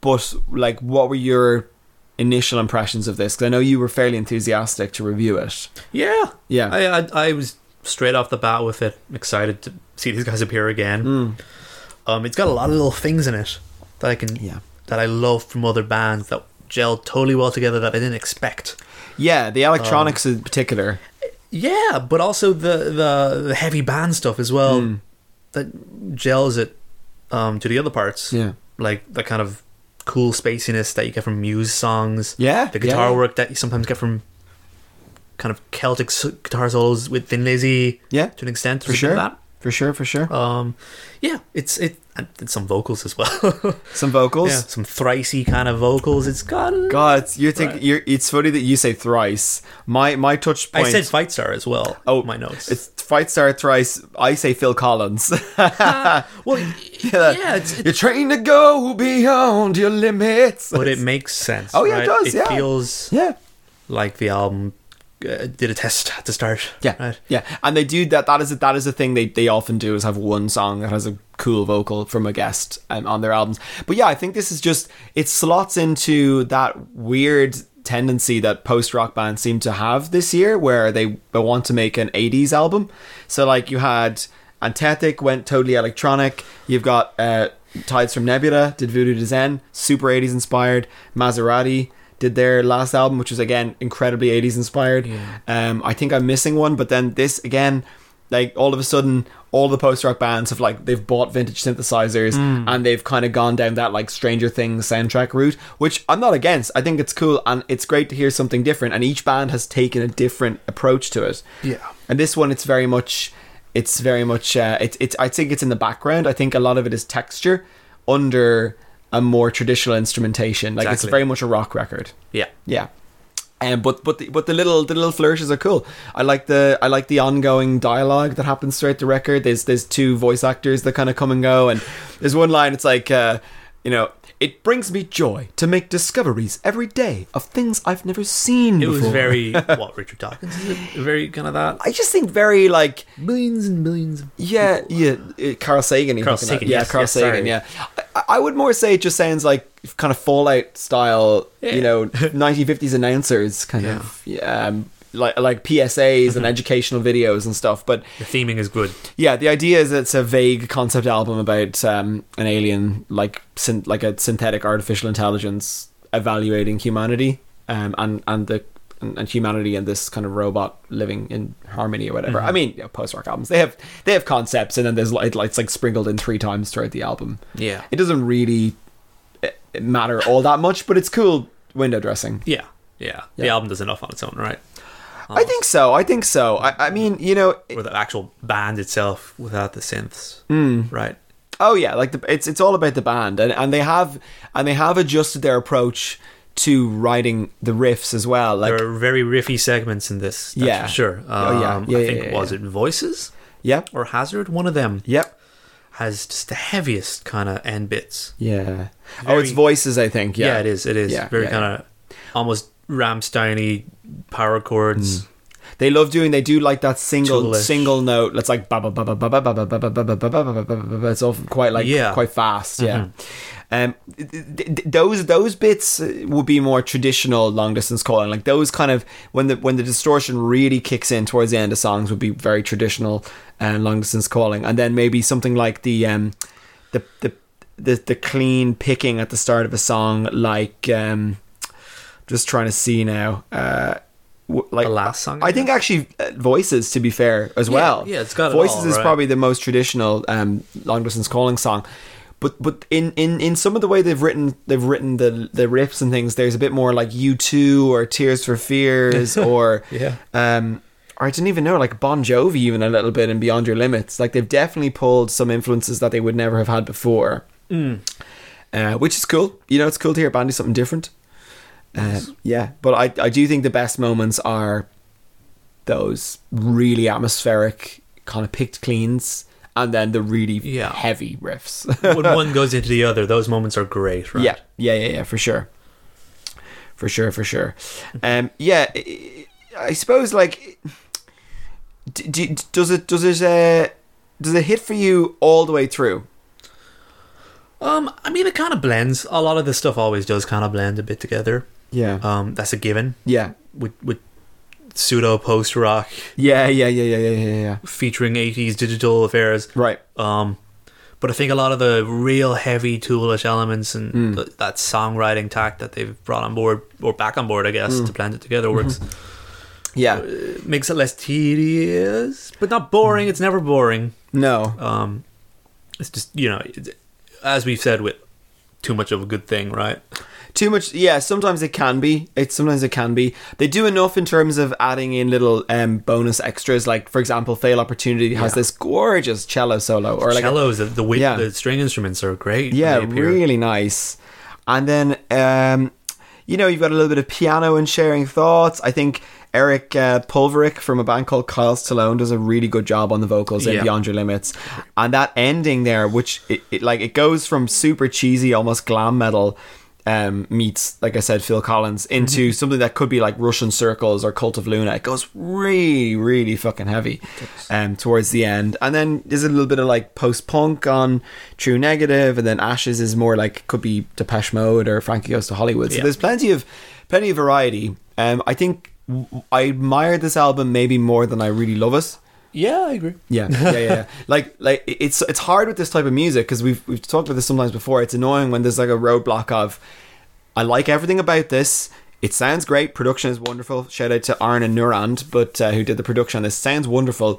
Speaker 4: but like, what were your initial impressions of this? Because I know you were fairly enthusiastic to review it.
Speaker 5: Yeah,
Speaker 4: Yeah.
Speaker 5: I, I I was straight off the bat with it. Excited to see these guys appear again.
Speaker 4: Hmm.
Speaker 5: Um, it's got a lot of little things in it that I can
Speaker 4: Yeah.
Speaker 5: that I love from other bands that gelled totally well together that I didn't expect.
Speaker 4: Yeah, the
Speaker 5: Oh.
Speaker 4: electronics in particular.
Speaker 5: Yeah, but also the the, the heavy band stuff as well
Speaker 4: Hmm.
Speaker 5: that gels it um, to the other parts.
Speaker 4: Yeah.
Speaker 5: like the kind of cool spaciness that you get from Muse songs.
Speaker 4: Yeah,
Speaker 5: the guitar
Speaker 4: yeah.
Speaker 5: work that you sometimes get from kind of Celtic s- guitar solos with Thin Lizzy.
Speaker 4: Yeah,
Speaker 5: to an extent.
Speaker 4: for
Speaker 5: there's a
Speaker 4: sure.
Speaker 5: bit of That.
Speaker 4: For sure, for sure.
Speaker 5: Um, yeah, it's it and it's some vocals as well.
Speaker 4: Some vocals.
Speaker 5: yeah, some thricey kind of vocals. It's got.
Speaker 4: God, you think you're, it's funny that you say thrice. My my touch
Speaker 5: I
Speaker 4: point.
Speaker 5: said Fight Star as well.
Speaker 4: oh
Speaker 5: my notes.
Speaker 4: It's fight star thrice. I say Phil Collins.
Speaker 5: well, yeah, it's,
Speaker 4: you're trained to go beyond your limits.
Speaker 5: but it makes sense.
Speaker 4: Oh, yeah, it
Speaker 5: right?
Speaker 4: does, yeah.
Speaker 5: feels
Speaker 4: yeah.
Speaker 5: like the album uh, did a test at the start.
Speaker 4: Yeah,
Speaker 5: right?
Speaker 4: yeah, and they do that. That is a, that is a thing they, they often do is have one song that has a cool vocal from a guest um, on their albums. But yeah, I think this is just it slots into that weird tendency that post rock bands seem to have this year, where they, they want to make an '80s album. So like you had Antetic went totally electronic. You've got uh, Tides from Nebula did Voodoo to Zen, super '80s inspired. Maserati did their last album, which was again incredibly 80s inspired. Um, I think I'm missing one, but then this again, like all of a sudden, all the post rock bands have like they've bought vintage synthesizers and they've kind of gone down that like Stranger Things soundtrack route, which I'm not against. I think it's cool and it's great to hear something different. And each band has taken a different approach to it.
Speaker 5: Yeah.
Speaker 4: And this one, it's very much, it's very much, uh, it's, it's. I think it's in the background. I think a lot of it is texture under a more traditional instrumentation. Like it's
Speaker 5: Exactly.
Speaker 4: very much a rock record.
Speaker 5: yeah.
Speaker 4: Yeah. Um, but but the, but the little the little flourishes are cool. I like the I like the ongoing dialogue that happens throughout the record. There's there's two voice actors that kind of come and go, and there's one line. It's like uh, you know, it brings me joy to make discoveries every day of things I've never seen.
Speaker 5: It
Speaker 4: before.
Speaker 5: was very what Richard Dawkins is it? Very kind of that
Speaker 4: I just think very like
Speaker 5: millions and millions. Of
Speaker 4: yeah yeah uh, Carl Sagan. you're
Speaker 5: Carl
Speaker 4: talking about.
Speaker 5: Sagan,
Speaker 4: yeah,
Speaker 5: yes,
Speaker 4: Carl
Speaker 5: yes,
Speaker 4: Sagan.
Speaker 5: sorry.
Speaker 4: Yeah, I, I would more say it just sounds like kind of Fallout style,
Speaker 5: Yeah.
Speaker 4: you know, 1950s announcers kind
Speaker 5: Yeah. Mm-hmm.
Speaker 4: of yeah, um, like like PSAs and educational videos and stuff. But
Speaker 5: the theming is good.
Speaker 4: yeah, the idea is it's a vague concept album about um, an alien, like syn- like a synthetic artificial intelligence evaluating humanity, um, and and the and, and humanity and this kind of robot living in harmony or whatever. I mean, you know, post rock albums they have they have concepts, and then there's like it's like sprinkled in three times throughout the album.
Speaker 5: Yeah.
Speaker 4: it doesn't really eh, matter all that much, but it's cool window dressing.
Speaker 5: Yeah, yeah. The
Speaker 4: Yeah.
Speaker 5: album does enough on its own, right?
Speaker 4: I think so. I think so. I, I mean, you know,
Speaker 5: Or the actual band itself without the synths, right?
Speaker 4: Oh yeah, like the, it's it's all about the band, and and they have and they have adjusted their approach to writing the riffs as well. Like
Speaker 5: there are very riffy segments in this. That's
Speaker 4: Yeah.
Speaker 5: for sure. Um,
Speaker 4: Oh, yeah. Yeah,
Speaker 5: I
Speaker 4: yeah,
Speaker 5: think
Speaker 4: yeah,
Speaker 5: was
Speaker 4: yeah.
Speaker 5: it Voices
Speaker 4: yep,
Speaker 5: or Hazard? One of them
Speaker 4: yep,
Speaker 5: has just the heaviest kind of end bits.
Speaker 4: yeah. oh, it's
Speaker 5: Very-
Speaker 4: voices, I think. Yeah,
Speaker 5: Yeah, it is. It is
Speaker 4: Yeah,
Speaker 5: very
Speaker 4: yeah, Mm.
Speaker 5: kind of almost Ramsteiny power chords.
Speaker 4: they love doing. They do like that single
Speaker 5: Toolish.
Speaker 4: single note. It's like ba ba ba ba ba ba ba ba ba ba ba ba ba ba ba ba ba ba. It's all quite like
Speaker 5: Yeah. Mm-hmm.
Speaker 4: quite fast. Yeah. Um, th- th- th- those those bits uh, would be more traditional long distance calling, like those kind of when the when the distortion really kicks in towards the end of songs would be very traditional and long distance calling, and then maybe something like the um, the, the the the clean picking at the start of a song, like um, just trying to see now, uh, w- like
Speaker 5: The last song,
Speaker 4: I
Speaker 5: I
Speaker 4: think actually uh, voices, to be fair, as
Speaker 5: Yeah,
Speaker 4: well.
Speaker 5: yeah, it's got it
Speaker 4: voices
Speaker 5: all,
Speaker 4: is
Speaker 5: right.
Speaker 4: probably the most traditional um, long distance calling song. But but in, in, in some of the way they've written they've written the the riffs and things, there's a bit more like U two or Tears for Fears or
Speaker 5: Yeah.
Speaker 4: um or I didn't even know like Bon Jovi even a little bit and Beyond Your Limits. Like they've definitely pulled some influences that they would never have had before,
Speaker 5: Mm.
Speaker 4: uh, which is cool. You know, it's cool to hear a band do something different. Uh, yeah, but I I do think the best moments are those really atmospheric kind of picked cleans and then the really
Speaker 5: Yeah.
Speaker 4: heavy riffs.
Speaker 5: when one goes into the other, those moments are great, right?
Speaker 4: Yeah, yeah, yeah, yeah, for sure, for sure, for sure. Um, yeah, I- I suppose like, d- d- does it does it uh, does it hit for you all the way through?
Speaker 5: Um, I mean, it kind of blends. A lot of this stuff always does kind of blend a bit together.
Speaker 4: Yeah,
Speaker 5: Um, that's a given
Speaker 4: yeah,
Speaker 5: with with pseudo post rock
Speaker 4: yeah, yeah, yeah, yeah, yeah, yeah, yeah.
Speaker 5: featuring eighties digital affairs.
Speaker 4: Right.
Speaker 5: Um, but I think a lot of the real heavy toolish elements and
Speaker 4: Mm.
Speaker 5: th- that songwriting tact that they've brought on board or back on board, I guess,
Speaker 4: Mm.
Speaker 5: to blend it together works.
Speaker 4: Mm-hmm. Yeah.
Speaker 5: It uh, makes it less tedious, but not
Speaker 4: Mm.
Speaker 5: boring. It's never boring.
Speaker 4: No.
Speaker 5: Um, it's just you know, it- as we've said with too much of a good thing, right?
Speaker 4: too much yeah sometimes it can be it sometimes it can be they do enough in terms of adding in little um bonus extras like for example fail opportunity has
Speaker 5: Yeah.
Speaker 4: this gorgeous cello solo or like a-
Speaker 5: Cellos, the, the, wi-
Speaker 4: Yeah.
Speaker 5: the string instruments are great. when
Speaker 4: yeah
Speaker 5: they appear.
Speaker 4: really nice and then um you know you've got a little bit of piano and sharing thoughts i think eric uh, pulveric from a band called kyle's Stallone does a really good job on the vocals in
Speaker 5: Yeah.
Speaker 4: beyond your limits and that ending there which it, it like it goes from super cheesy almost glam metal um, meets like i said phil collins into something that could be like russian circles or cult of luna it goes really really fucking heavy um, towards the end and then there's a little bit of like post-punk on true negative and then ashes is more like could be depeche mode or frankie goes to hollywood so
Speaker 5: Yeah.
Speaker 4: there's plenty of plenty of variety um, i think w- i admire this album maybe more than i really love it
Speaker 5: Yeah, I agree.
Speaker 4: yeah, yeah, yeah, yeah. like, like it's it's hard with this type of music because we've we've talked about this sometimes before. It's annoying when there's like a roadblock of, I like everything about this. It sounds great. Production is wonderful. Shout out to Aaron and Nurand, but uh, who did the production on this? Sounds wonderful,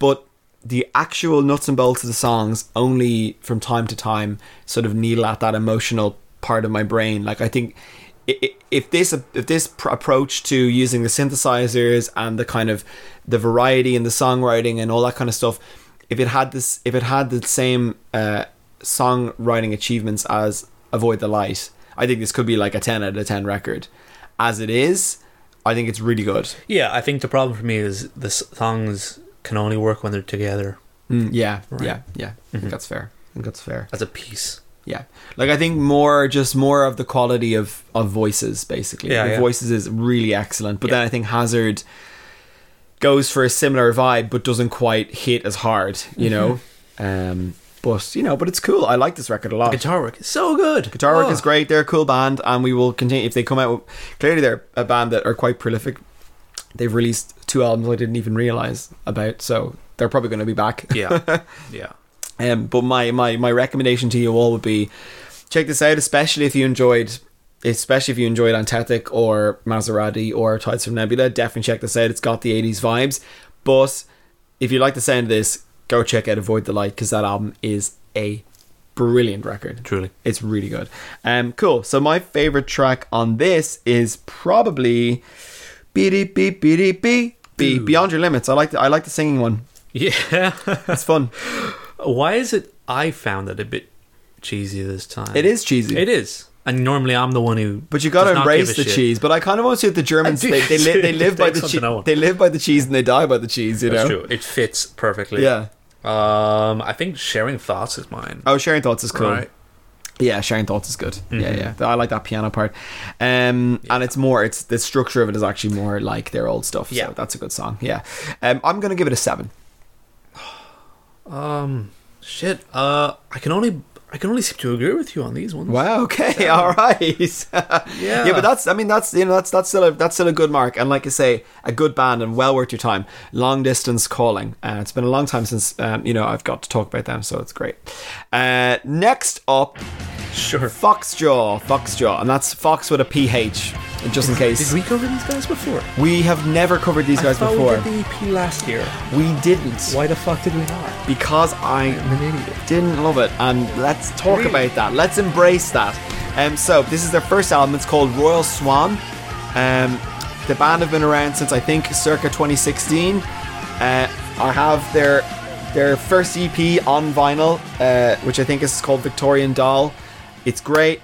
Speaker 4: but the actual nuts and bolts of the songs only from time to time sort of needle at that emotional part of my brain. Like I think i- i- if this if this pr- approach to using the synthesizers and the kind of the variety and the songwriting and all that kind of stuff, if it had this if it had the same uh, songwriting achievements as Avoid the Light, I think this could be like a ten out of ten record. As it is, I think it's really good.
Speaker 5: Yeah, I think the problem for me is the s- songs can only work when they're together
Speaker 4: Mm, yeah, yeah, yeah. I think that's fair. I think that's fair.
Speaker 5: as a piece.
Speaker 4: Yeah, like I think more just more of the quality of of voices basically.
Speaker 5: Yeah,
Speaker 4: the
Speaker 5: yeah.
Speaker 4: voices is really excellent, but
Speaker 5: Yeah.
Speaker 4: then I think Hazard goes for a similar vibe, but doesn't quite hit as hard. You know, um, but you know, but it's cool. I like this record a lot.
Speaker 5: Mm-hmm. Guitar work is so good.
Speaker 4: Guitar Work
Speaker 5: Oh.
Speaker 4: is great. They're a cool band, and we will continue if they come out. With, clearly, they're a band that are quite prolific. They've released two albums I didn't even realize about, so they're probably going to be back.
Speaker 5: Yeah, yeah.
Speaker 4: Um, but my, my, my recommendation to you all would be check this out, especially if you enjoyed, especially if you enjoyed Antethic or Maserati or Tides from Nebula. Definitely check this out. It's got the '80s vibes. But if you like the sound of this, go check out Avoid the Light because that album is a brilliant record.
Speaker 5: Truly.
Speaker 4: it's really good. Um, cool. So my favorite track on this is probably beep beep beep beep beep Beyond Your Limits. I like the, I like the singing one.
Speaker 5: Yeah.
Speaker 4: It's fun.
Speaker 5: Why is it I found it a bit cheesy this time?
Speaker 4: It is cheesy.
Speaker 5: It is. And normally I'm the one who.
Speaker 4: But you got
Speaker 5: does
Speaker 4: to
Speaker 5: not
Speaker 4: embrace
Speaker 5: give a
Speaker 4: the
Speaker 5: shit.
Speaker 4: cheese. But I kind of want to see if the Germans
Speaker 5: do.
Speaker 4: they they, li- they live by the
Speaker 5: Something I
Speaker 4: cheese.
Speaker 5: want.
Speaker 4: They live by the cheese and they die by the cheese. You
Speaker 5: That's
Speaker 4: know.
Speaker 5: true. It fits perfectly.
Speaker 4: Yeah.
Speaker 5: Um, I think sharing thoughts is mine.
Speaker 4: Oh, sharing thoughts is cool.
Speaker 5: Right. Mm-hmm.
Speaker 4: Yeah, sharing thoughts is good. Yeah, yeah, Th- I like that piano part, um, and it's more. It's the structure of it is actually more like their old stuff.
Speaker 5: Yeah.
Speaker 4: so that's a good song. Yeah, um, I'm gonna give it a seven.
Speaker 5: Um, shit. Uh, I can only I can only seem to agree with you on these ones.
Speaker 4: Wow. Okay. All right. yeah. Yeah, but that's. I mean, that's you know that's that's still a that's still a good mark, and like I say, a good band and well worth your time. Long distance calling. Uh, it's been a long time since um, you know I've got to talk about them, so it's great. Uh, next up,
Speaker 5: sure.
Speaker 4: Foxjaw, Foxjaw, and that's Fox with a PH. Just in
Speaker 5: Did
Speaker 4: case
Speaker 5: we cover these guys before?
Speaker 4: we have never covered these guys
Speaker 5: I thought
Speaker 4: before.
Speaker 5: we did the EP last year.
Speaker 4: We didn't
Speaker 5: Why the fuck did we not?
Speaker 4: because I
Speaker 5: I'm an idiot.
Speaker 4: didn't love it, and let's talk
Speaker 5: Really?
Speaker 4: about that. Let's embrace that. Um, so this is their first album. It's called Royal Swan. Um, the band have been around since I think circa 2016. Uh, I have their their first EP on vinyl, uh, which I think is called Victorian Doll. It's great.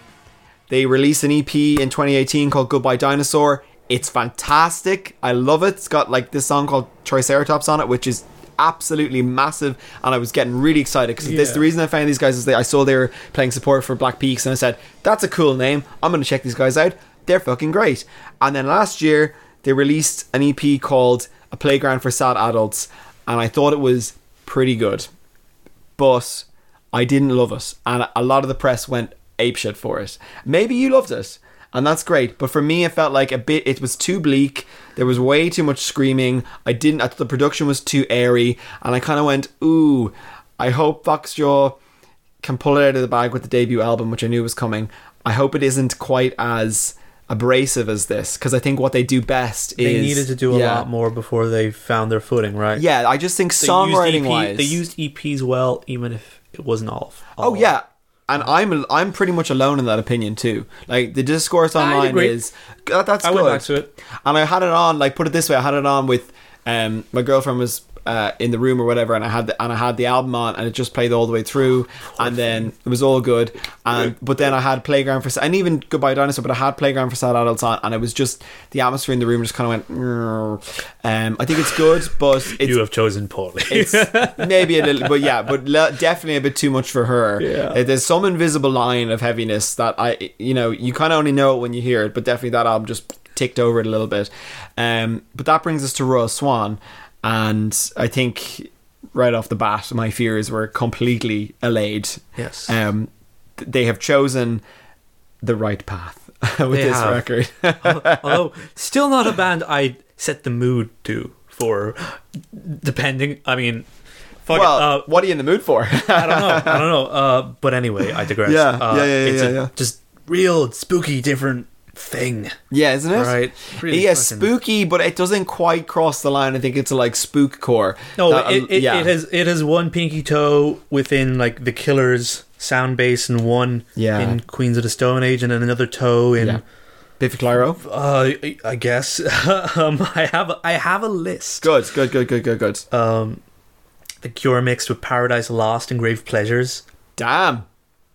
Speaker 4: They released an EP in 2018 called Goodbye Dinosaur. It's fantastic. I love it. It's got like this song called Triceratops on it, which is absolutely massive. And I was getting really excited because this
Speaker 5: Yeah.
Speaker 4: the reason I found these guys is that I saw they were playing support for Black Peaks, and I said that's a cool name. I'm gonna check these guys out. They're fucking great. And then last year they released an EP called A Playground for Sad Adults, and I thought it was pretty good but I didn't love it, and a lot of the press went apeshit for it. Maybe you loved it, and that's great. But for me, it felt like a bit. It was too bleak. There was way too much screaming. I didn't. I thought the production was too airy, and I kind of went, "Ooh, I hope Foxjaw can pull it out of the bag with the debut album, which I knew was coming. I hope it isn't quite as." abrasive as this because i think what they do best
Speaker 5: They
Speaker 4: is
Speaker 5: needed to do a
Speaker 4: yeah.
Speaker 5: lot more before they found their footing, right?
Speaker 4: yeah i just think
Speaker 5: They used
Speaker 4: songwriting
Speaker 5: EP
Speaker 4: wise
Speaker 5: they used EPs well, even if it wasn't all. of-
Speaker 4: Oh
Speaker 5: all-
Speaker 4: yeah, and I'm I'm pretty much alone in that opinion too. Like the discourse online
Speaker 5: agree.
Speaker 4: is that, that's
Speaker 5: I
Speaker 4: good.
Speaker 5: went back to it.
Speaker 4: and I had it on like put it this way, I had it on with um my girlfriend was. Uh, in the room or whatever, and I had the, and I had the album on, and it just played all the way through, and then it was all good. And but then I had Playground for and even Goodbye Dinosaur, but I had Playground for Sad Adults on, and it was just the atmosphere in the room just kind of went. "Mm." Um, I think it's good, but it's
Speaker 5: You have chosen poorly.
Speaker 4: it's maybe a little, but yeah, but le- definitely a bit too much for her.
Speaker 5: Yeah.
Speaker 4: Uh, There's some invisible line of heaviness that I, you know, you kind of only know it when you hear it, but definitely that album just ticked over it a little bit. Um, but that brings us to Royal Swan, and I think right off the bat, my fears were completely allayed.
Speaker 5: Yes.
Speaker 4: Um, th- they have chosen the right path with
Speaker 5: They
Speaker 4: this
Speaker 5: have.
Speaker 4: record.
Speaker 5: Although still not a band I set the mood to for depending I mean fuck it,
Speaker 4: well,
Speaker 5: uh,
Speaker 4: what are you in the mood for?
Speaker 5: I don't know. I don't know. Uh, but anyway, I digress.
Speaker 4: Yeah,
Speaker 5: Uh,
Speaker 4: yeah, yeah,
Speaker 5: it's
Speaker 4: yeah,
Speaker 5: a
Speaker 4: yeah.
Speaker 5: Just real spooky different thing.
Speaker 4: Yeah, isn't it?
Speaker 5: Right. Really
Speaker 4: yeah,
Speaker 5: fucking-
Speaker 4: spooky, but it doesn't quite cross the line. I think it's like spook core.
Speaker 5: No,
Speaker 4: That-
Speaker 5: it, it,
Speaker 4: Uh, yeah.
Speaker 5: it has it has one pinky toe within like the Killers sound base and one
Speaker 4: Yeah.
Speaker 5: in Queens of the Stone Age and another toe in
Speaker 4: Yeah. Biffy Clyro.
Speaker 5: uh I- I guess um I have I have a list.
Speaker 4: Good, good, good, good, good, good.
Speaker 5: Uh, The Cure mixed with Paradise Lost and Grave Pleasures.
Speaker 4: Damn.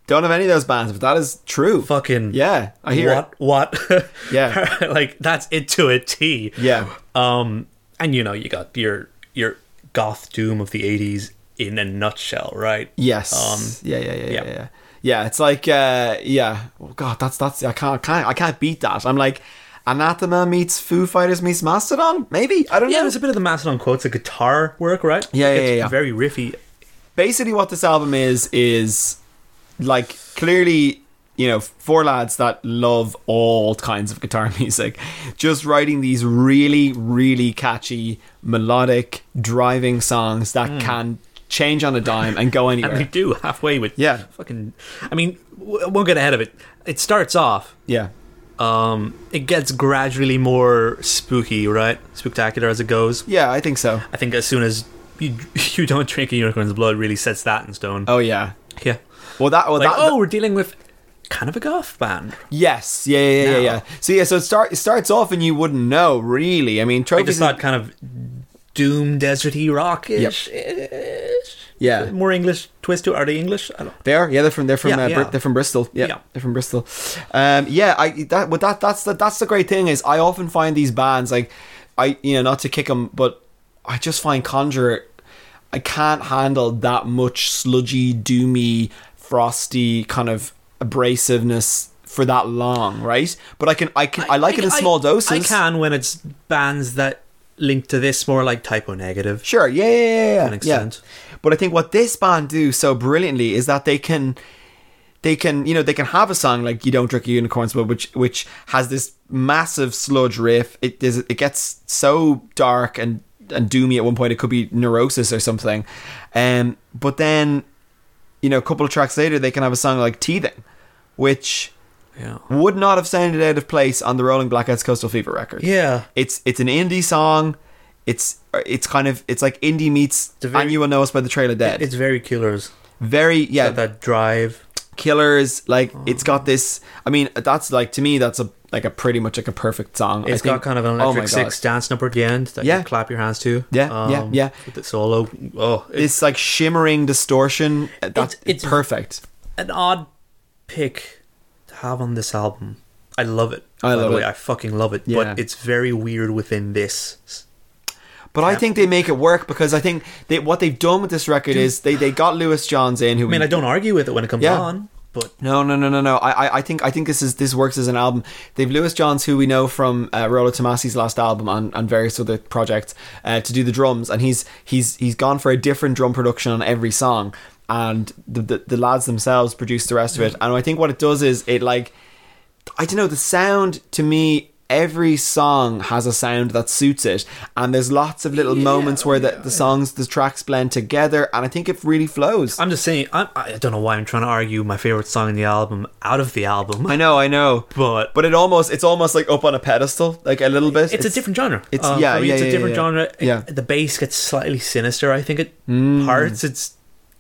Speaker 4: Don't have any of those bands, but that is true.
Speaker 5: Fucking
Speaker 4: Yeah, I hear it.
Speaker 5: what what
Speaker 4: Yeah.
Speaker 5: like that's it to a T.
Speaker 4: Yeah.
Speaker 5: Um, and you know, you got your your goth doom of the '80s in a nutshell, right?
Speaker 4: Yes.
Speaker 5: Um,
Speaker 4: yeah, yeah, yeah, yeah,
Speaker 5: yeah.
Speaker 4: yeah. Yeah, it's like uh yeah. Oh god, that's that's I can't can't I can't beat that. I'm like Anathema meets Foo Fighters meets Mastodon? Maybe? I don't
Speaker 5: Yeah,
Speaker 4: know.
Speaker 5: there's a bit of the Mastodon quotes, the guitar work, right?
Speaker 4: Yeah, yeah,
Speaker 5: It's
Speaker 4: yeah, yeah.
Speaker 5: Very riffy.
Speaker 4: basically what this album is is like clearly you know four lads that love all kinds of guitar music just writing these really really catchy melodic driving songs that
Speaker 5: Hmm.
Speaker 4: can change on a dime and go anywhere
Speaker 5: And they do halfway with
Speaker 4: Yeah.
Speaker 5: fucking. I mean, w- won't get ahead of it. It starts off.
Speaker 4: yeah
Speaker 5: Um, it gets gradually more spooky, right? Spectacular as it goes.
Speaker 4: yeah i think so
Speaker 5: I think as soon as you you don't drink a unicorn's blood, really sets that in stone.
Speaker 4: oh yeah
Speaker 5: yeah.
Speaker 4: well that, well,
Speaker 5: Like,
Speaker 4: that
Speaker 5: oh, we're dealing with kind of a goth band.
Speaker 4: yes yeah yeah yeah, yeah
Speaker 5: Now.
Speaker 4: yeah so yeah so it, start, it starts off and you wouldn't know really i mean
Speaker 5: I just
Speaker 4: trophies
Speaker 5: thought kind of doom deserty rockish.
Speaker 4: yeah
Speaker 5: More English twist to it. are they English? I don't.
Speaker 4: They are, yeah. They're from they're from
Speaker 5: Yeah,
Speaker 4: uh,
Speaker 5: yeah.
Speaker 4: Br- they're from Bristol. Yeah,
Speaker 5: Yeah.
Speaker 4: they're from Bristol. Um, yeah, I that but that that's the that's the great thing is I often find these bands like I you know not to kick them, but I just find Conjure I can't handle that much sludgy, doomy, frosty kind of abrasiveness for that long, right? But I can, I can, I, like it in small doses.
Speaker 5: I can when it's bands that link to this more like typo negative.
Speaker 4: Sure, yeah, yeah, yeah, yeah.
Speaker 5: an extent.
Speaker 4: Yeah. But I think what this band do so brilliantly is that they can, they can, you know, they can have a song like "You Don't Drink a Unicorn's Blood," which which has this massive sludge riff. It is, it gets so dark and and doomy at one point. It could be Neurosis or something, um. But then, you know, a couple of tracks later, they can have a song like "Teething," which
Speaker 5: Yeah.
Speaker 4: would not have sounded out of place on the Rolling Blackouts Coastal Fever record.
Speaker 5: Yeah.
Speaker 4: It's it's an indie song. It's it's kind of it's like indie meets
Speaker 5: a very-
Speaker 4: and you will know us by the Trail of Dead.
Speaker 5: It's very killers.
Speaker 4: very yeah,
Speaker 5: Got that drive.
Speaker 4: killers like it's
Speaker 5: Oh.
Speaker 4: got this. I mean that's like to me that's a like a pretty much like a perfect song.
Speaker 5: It's
Speaker 4: It's
Speaker 5: got kind of an electric six dance number at the end that
Speaker 4: Oh Yeah.
Speaker 5: you clap your hands to. Um,
Speaker 4: Yeah, yeah, yeah.
Speaker 5: With the solo. Oh, it's
Speaker 4: This like shimmering distortion. uh, That's
Speaker 5: It's- it's-
Speaker 4: perfect.
Speaker 5: an odd pick to have on this album. I love it.
Speaker 4: I
Speaker 5: by
Speaker 4: love
Speaker 5: the way.
Speaker 4: it.
Speaker 5: I fucking love it.
Speaker 4: Yeah.
Speaker 5: But it's very weird within this.
Speaker 4: But I think they make it work because I think they what they've done with this record is they they got Lewis Johns in who
Speaker 5: I mean, I don't argue with it when it comes
Speaker 4: Mm. Yeah.
Speaker 5: on, but
Speaker 4: No, no, no, no, no. I, I, I think, I think this is this works as an album. They've Lewis Johns, who we know from uh, Rollo Tomasi's last album and, and various other projects, uh, to do the drums, and he's he's he's gone for a different drum production on every song, and the the, the lads themselves produce the rest of it. And I think what it does is it like, I don't know, the sound to me. Every song has a sound that suits it, and there's lots of little moments where the, the songs, the tracks blend together, and I think it really flows.
Speaker 5: I'm just saying. I'm, I don't know why I'm trying to argue my favorite song in the album out of the album.
Speaker 4: I know, I know,
Speaker 5: But-
Speaker 4: but it almost it's almost like up on a pedestal, like a little bit.
Speaker 5: it's, a different genre.
Speaker 4: it's- yeah,
Speaker 5: for me,
Speaker 4: yeah,
Speaker 5: it's
Speaker 4: yeah,
Speaker 5: a
Speaker 4: yeah.
Speaker 5: different genre. It-
Speaker 4: Yeah. Mm.
Speaker 5: the bass gets slightly sinister. I think at parts. It's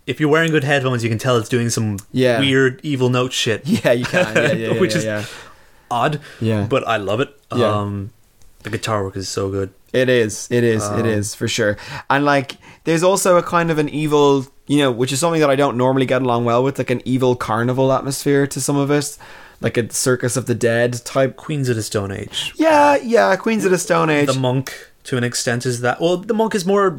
Speaker 5: if you're wearing good headphones, you can tell it's doing some
Speaker 4: Yeah.
Speaker 5: weird evil note shit.
Speaker 4: Yeah, you can. Yeah, yeah, yeah,
Speaker 5: Which is-
Speaker 4: yeah.
Speaker 5: odd.
Speaker 4: Yeah.
Speaker 5: but I love it.
Speaker 4: Yeah.
Speaker 5: Um, the guitar work is so good.
Speaker 4: It is. It is. it is for sure. And like, there's also a kind of an evil, you know, which is something that I don't normally get along well with, like an evil carnival atmosphere to some of it, like a circus of the dead type.
Speaker 5: Queens of the Stone Age.
Speaker 4: Yeah, yeah. Queens of the Stone Age.
Speaker 5: The monk, to an extent, is that. Well, the monk is more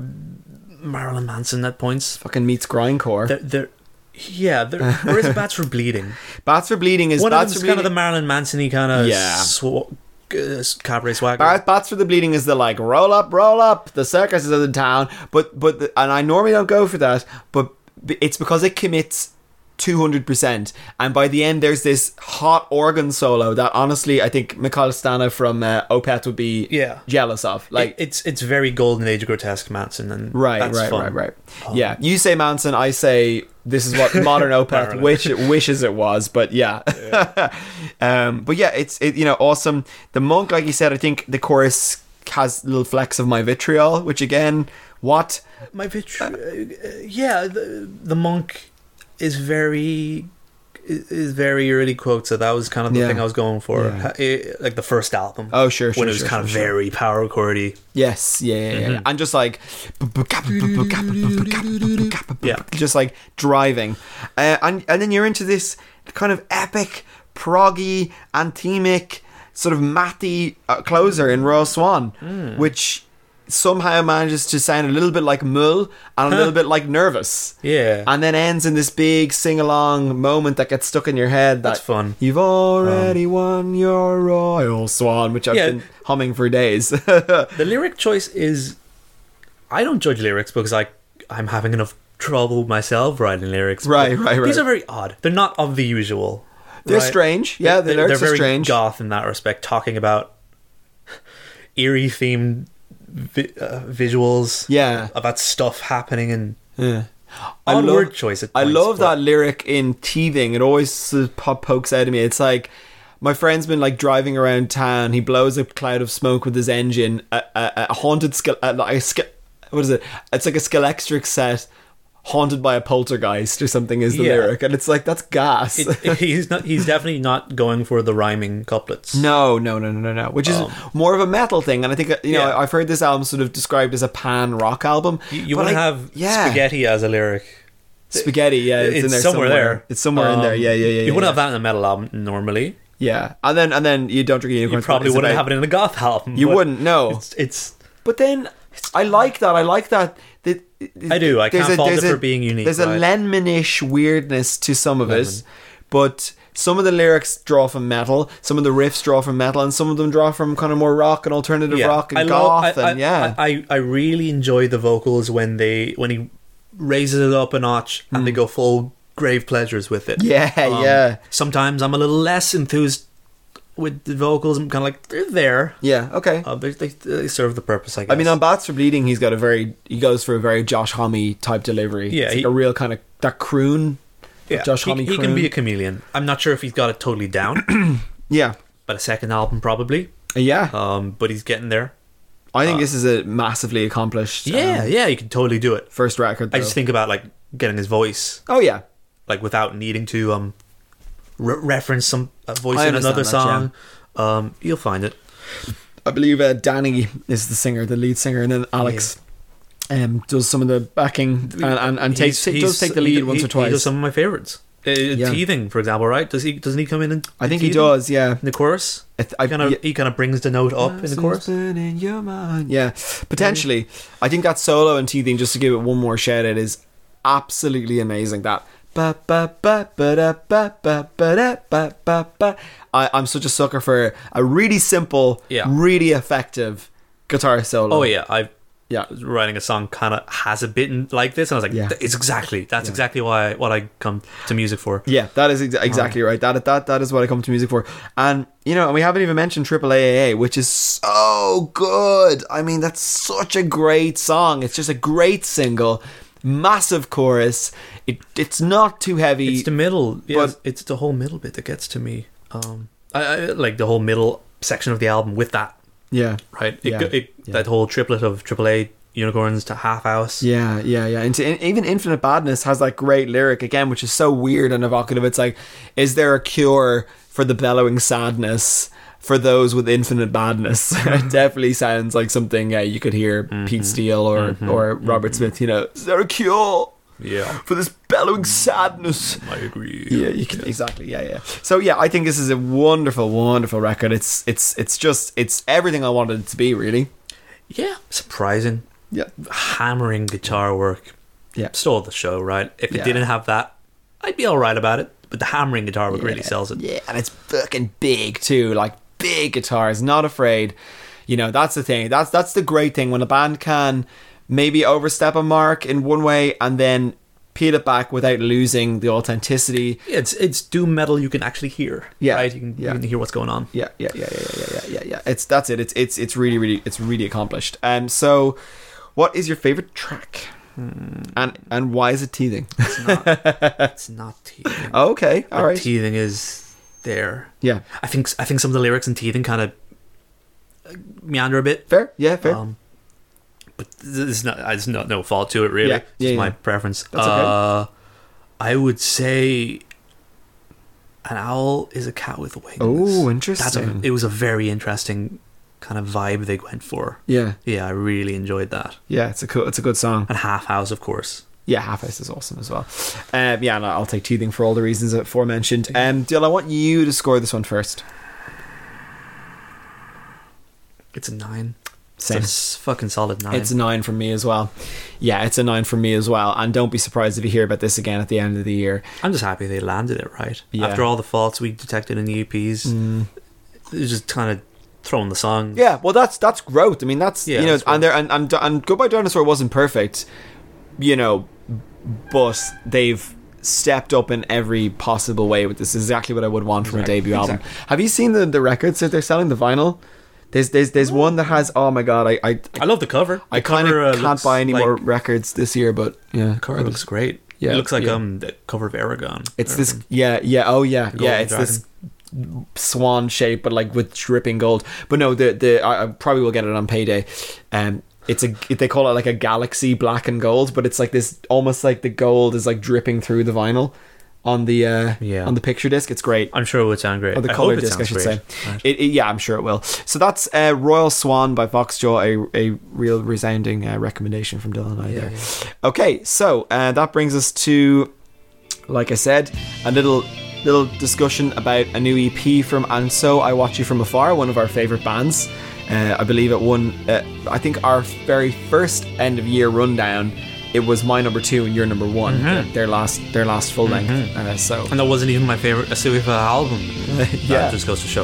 Speaker 5: Marilyn Manson at points.
Speaker 4: fucking meets grindcore.
Speaker 5: They're, they're, yeah, they're, or is Bats for Bleeding?
Speaker 4: Bats for bleeding is
Speaker 5: One of
Speaker 4: bats
Speaker 5: them's
Speaker 4: for
Speaker 5: kind of the
Speaker 4: Bleeding-
Speaker 5: Marilyn Manson-y kind of
Speaker 4: Yeah.
Speaker 5: sw- uh, cabaret swagger.
Speaker 4: Bar- Bats for the bleeding is the like roll up, roll up. The circus is in the town, but but the, and I normally don't go for that, but b- it's because it commits two hundred percent, and by the end there's this hot organ solo that honestly I think Mikhail Stana from uh, Opeth would be
Speaker 5: Yeah.
Speaker 4: jealous of. Like
Speaker 5: It- it's it's very golden age grotesque Manson and
Speaker 4: right,
Speaker 5: that's
Speaker 4: right,
Speaker 5: fun. Oh.
Speaker 4: right, right, Yeah, you say Manson, I say this is what modern Opeth
Speaker 5: Marilyn.
Speaker 4: wish, wishes it was, but yeah. um, but yeah, it's it, you know awesome. The monk, like you said, I think the chorus has little flecks of my vitriol, which again, what?
Speaker 5: My pitch, yeah, the, the monk is very is is very early quotes. So that was kind of the
Speaker 4: Yeah.
Speaker 5: thing I was going for,
Speaker 4: Yeah.
Speaker 5: Ha- eh, like the first album.
Speaker 4: Oh, sure, sure,
Speaker 5: when it was
Speaker 4: sure,
Speaker 5: kind of
Speaker 4: sure, sure.
Speaker 5: very power chordy.
Speaker 4: Yes, yeah, yeah, yeah,
Speaker 5: Mm-hmm.
Speaker 4: yeah. and just like,
Speaker 5: Yeah.
Speaker 4: just like driving, uh, and and then you're into this kind of epic, proggy, anthemic, sort of matty uh, closer in Royal Swan,
Speaker 5: Mm.
Speaker 4: which somehow manages to sound a little bit like Mull and a little bit like Nervous.
Speaker 5: Yeah.
Speaker 4: and then ends in this big sing along moment that gets stuck in your head. That
Speaker 5: That's fun. Um,
Speaker 4: You've already won your Royal Swan, which I've
Speaker 5: Yeah.
Speaker 4: been humming for days.
Speaker 5: The lyric choice is, I don't judge lyrics because I I'm having enough trouble myself writing lyrics. but
Speaker 4: Right, right, right.
Speaker 5: These are very odd. They're not of the usual.
Speaker 4: They're
Speaker 5: right?
Speaker 4: strange. Yeah, the lyrics
Speaker 5: they're
Speaker 4: are
Speaker 5: very
Speaker 4: strange.
Speaker 5: goth in that respect, talking about eerie themed vi- uh, visuals.
Speaker 4: Yeah.
Speaker 5: about stuff happening and
Speaker 4: Yeah.
Speaker 5: I Odd word choice at
Speaker 4: I
Speaker 5: points,
Speaker 4: love
Speaker 5: but-
Speaker 4: that lyric in teething. It always sort of pop pokes out of me. It's like my friend's been like driving around town. He blows a cloud of smoke with his engine. A, a, a haunted ske- a, like a ske- what is it? It's like a skelectric set haunted by a poltergeist or something is the
Speaker 5: Yeah.
Speaker 4: lyric, and it's like that's gas.
Speaker 5: it, he's not. He's definitely not going for the rhyming couplets.
Speaker 4: No, no, no, no, no, no. Which is
Speaker 5: Um,
Speaker 4: more of a metal thing, and I think uh, you know
Speaker 5: Yeah.
Speaker 4: I've heard this album sort of described as a pan rock album.
Speaker 5: you, you
Speaker 4: but
Speaker 5: want to
Speaker 4: I-
Speaker 5: have
Speaker 4: yeah.
Speaker 5: spaghetti as a lyric.
Speaker 4: Spaghetti, yeah, it's, in there somewhere.
Speaker 5: somewhere, there.
Speaker 4: It's somewhere in there.
Speaker 5: Um,
Speaker 4: Yeah, yeah, yeah.
Speaker 5: You
Speaker 4: yeah,
Speaker 5: wouldn't
Speaker 4: yeah.
Speaker 5: have that in a metal album normally.
Speaker 4: Yeah, and then and then you don't drink a
Speaker 5: You
Speaker 4: unicorn.
Speaker 5: probably wouldn't have it in a goth album.
Speaker 4: You
Speaker 5: but
Speaker 4: wouldn't, no.
Speaker 5: It's, it's
Speaker 4: But then I like that. I like that. that
Speaker 5: I do, I
Speaker 4: there's
Speaker 5: can't fault
Speaker 4: there's
Speaker 5: it for being unique,
Speaker 4: There's a
Speaker 5: right?
Speaker 4: Lenman-ish weirdness to some of it, but some of the lyrics draw from metal, some of the riffs draw from metal, and some of them draw from kind of more rock and alternative rock and
Speaker 5: love-
Speaker 4: goth. and yeah,
Speaker 5: I, I I really enjoy the vocals when they when he raises it up a notch and they go full grave pleasures with it.
Speaker 4: Mm.
Speaker 5: Um,
Speaker 4: yeah, yeah,
Speaker 5: Sometimes I'm a little less enthused with the vocals. I'm kind of like they're there.
Speaker 4: yeah. Okay.
Speaker 5: Uh, they, they, they serve the purpose, I guess.
Speaker 4: I mean, on Bats for Bleeding, he's got a very he goes for a very Josh Homme type delivery.
Speaker 5: Yeah,
Speaker 4: it's
Speaker 5: he-
Speaker 4: like a real kind of that croon.
Speaker 5: yeah.
Speaker 4: Josh
Speaker 5: he,
Speaker 4: Homme
Speaker 5: he
Speaker 4: croon.
Speaker 5: can be a chameleon. I'm not sure if he's got it totally down,
Speaker 4: Yeah,
Speaker 5: but a second album probably.
Speaker 4: yeah.
Speaker 5: Um, but he's getting there.
Speaker 4: I think this is a massively accomplished. um,
Speaker 5: Uh, Yeah, yeah, you can totally do it.
Speaker 4: first record. Though.
Speaker 5: I just think about like getting his voice
Speaker 4: Oh yeah,
Speaker 5: like without needing to um re- reference some a voice
Speaker 4: I
Speaker 5: in
Speaker 4: understand
Speaker 5: another
Speaker 4: that,
Speaker 5: song. Um, you'll find it.
Speaker 4: I believe uh, Danny is the singer, the lead singer, and then Alex um, does some of the backing and, and, and takes
Speaker 5: He's-
Speaker 4: does
Speaker 5: he's-
Speaker 4: take the lead
Speaker 5: he-
Speaker 4: once
Speaker 5: he-
Speaker 4: or twice.
Speaker 5: He does some of my favorites. Uh,
Speaker 4: Yeah.
Speaker 5: Teething, for example, right? Does he? Doesn't he come in? And
Speaker 4: I think he
Speaker 5: teething
Speaker 4: does. Yeah.
Speaker 5: In the chorus,
Speaker 4: I th- I-
Speaker 5: he kind of
Speaker 4: yeah.
Speaker 5: he kind of brings the note up in the chorus.
Speaker 4: In your mind. Yeah, potentially. I think that solo and teething, just to give it one more shout out, is absolutely amazing. That. Ba, ba, ba, ba, da, ba, ba, ba, da, ba, ba, ba. I, I'm such a sucker for a really simple,
Speaker 5: Yeah.
Speaker 4: really effective guitar solo.
Speaker 5: Oh yeah, I
Speaker 4: Yeah.
Speaker 5: was writing a song kind of has a bit in, like this, and I was like,
Speaker 4: Yeah.
Speaker 5: "Th- it's exactly that's exactly why what I come to music for.
Speaker 4: Yeah, that is ex- exactly right. That that that is what I come to music for. And you know, and we haven't even mentioned Triple AAA, which is so good. I mean, that's such a great song. It's just a great single, massive chorus. It it's not too heavy.
Speaker 5: It's the middle, yeah,
Speaker 4: but-
Speaker 5: it's the whole middle bit that gets to me. Um, I, I like the whole middle section of the album with that
Speaker 4: yeah.
Speaker 5: right? It,
Speaker 4: Yeah,
Speaker 5: go- it,
Speaker 4: yeah.
Speaker 5: That whole triplet of AAA unicorns to half house.
Speaker 4: Yeah, yeah, yeah. And to, and even Infinite Badness has that great lyric again, which is so weird and evocative. It's like, is there a cure for the bellowing sadness for those with infinite badness? it definitely sounds like something uh, you could hear Pete Steele or, or Robert Smith, you know, is there a cure
Speaker 5: yeah,
Speaker 4: for this bellowing sadness?
Speaker 5: I agree.
Speaker 4: Yeah, you can exactly. Yeah, yeah. So yeah, I think this is a wonderful, wonderful record. It's it's it's just it's everything I wanted it to be, really.
Speaker 5: Yeah, surprising,
Speaker 4: Yeah.
Speaker 5: hammering guitar work.
Speaker 4: Yeah.
Speaker 5: stole the show, right? If it
Speaker 4: Yeah.
Speaker 5: didn't have that, I'd be all right about it. But the hammering guitar work really sells it.
Speaker 4: Yeah, and it's fucking big too, like big guitars, not afraid. You know, that's the thing. That's that's the great thing when a band can maybe overstep a mark in one way and then peel it back without losing the authenticity.
Speaker 5: It's it's doom metal you can actually hear.
Speaker 4: Yeah,
Speaker 5: right. You can,
Speaker 4: yeah.
Speaker 5: you can hear what's going on.
Speaker 4: Yeah, yeah, yeah, yeah, yeah, yeah, yeah, yeah. It's that's it. It's it's it's really really it's really accomplished. Um so what is your favorite track? And and why is it teething?
Speaker 5: It's not teething.
Speaker 4: okay, Oh, all
Speaker 5: But
Speaker 4: right.
Speaker 5: teething is there.
Speaker 4: Yeah.
Speaker 5: I think I think some of the lyrics in teething kind of meander a bit.
Speaker 4: fair. Yeah, fair.
Speaker 5: Um, but there's not, there's not no fault to it really.
Speaker 4: Yeah,
Speaker 5: It's
Speaker 4: yeah,
Speaker 5: just my
Speaker 4: yeah.
Speaker 5: preference.
Speaker 4: That's okay.
Speaker 5: Uh, I would say an owl is a cat with wings.
Speaker 4: Oh,
Speaker 5: a,
Speaker 4: interesting.
Speaker 5: it was a very interesting kind of vibe they went for.
Speaker 4: yeah.
Speaker 5: Yeah, I really enjoyed that.
Speaker 4: Yeah, it's a cool it's a good song.
Speaker 5: And Half House, of course.
Speaker 4: Yeah, Half House is awesome as well. Um, yeah, and I'll take teething for all the reasons aforementioned. Um, Dill, I want you to score this one first.
Speaker 5: It's a nine.
Speaker 4: Same.
Speaker 5: It's a s- fucking solid nine.
Speaker 4: It's a nine from me as well. Yeah, it's a nine from me as well. And don't be surprised if you hear about this again at the end of the year.
Speaker 5: I'm just happy they landed it right.
Speaker 4: Yeah. Mm.
Speaker 5: After all the faults we detected in the EPs, it was just kind of throwing the song.
Speaker 4: Yeah, well, that's that's growth. I mean, that's
Speaker 5: Yeah,
Speaker 4: you know,
Speaker 5: that's
Speaker 4: and there and, and and Goodbye Dinosaur wasn't perfect, you know, but they've stepped up in every possible way. With this is exactly what I would want from a debut album. Have you seen the the records that they're selling the vinyl? There's there's there's one that has oh my god I I,
Speaker 5: I love the cover.
Speaker 4: I
Speaker 5: The
Speaker 4: kind
Speaker 5: cover, uh,
Speaker 4: of can't
Speaker 5: looks
Speaker 4: buy any
Speaker 5: like-
Speaker 4: more records this year, but yeah,
Speaker 5: The cover looks great.
Speaker 4: Yeah,
Speaker 5: it looks like
Speaker 4: yeah.
Speaker 5: um the cover of Aragon.
Speaker 4: It's this, yeah, yeah, oh yeah, yeah.
Speaker 5: Golden
Speaker 4: It's this swan shape, but like with dripping gold. But no, the the I, I probably will get it on payday. Um, it's a they call it like a galaxy black and gold, but it's like this almost like the gold is like dripping through the vinyl on the uh
Speaker 5: Yeah.
Speaker 4: on the picture disc. It's great.
Speaker 5: I'm sure it would sound great.
Speaker 4: Or Oh, the
Speaker 5: I
Speaker 4: color
Speaker 5: hope it
Speaker 4: disc, I
Speaker 5: sounds
Speaker 4: should
Speaker 5: great.
Speaker 4: say.
Speaker 5: Right.
Speaker 4: It, it- yeah, I'm sure it will. So that's uh, Royal Swan by Foxjaw, a, a real resounding uh, recommendation from Dylan and I there. Okay, so uh, that brings us to, like I said, a little little discussion about a new EP from And So I Watch You From Afar, one of our favourite bands. Uh, I believe it won, uh, I think, our very first end of year rundown it was my number two and your number one.
Speaker 5: Mm-hmm.
Speaker 4: Their, their last, their last full length. Uh, so
Speaker 5: And that wasn't even my favorite Asuifa album.
Speaker 4: Yeah.
Speaker 5: That just goes to show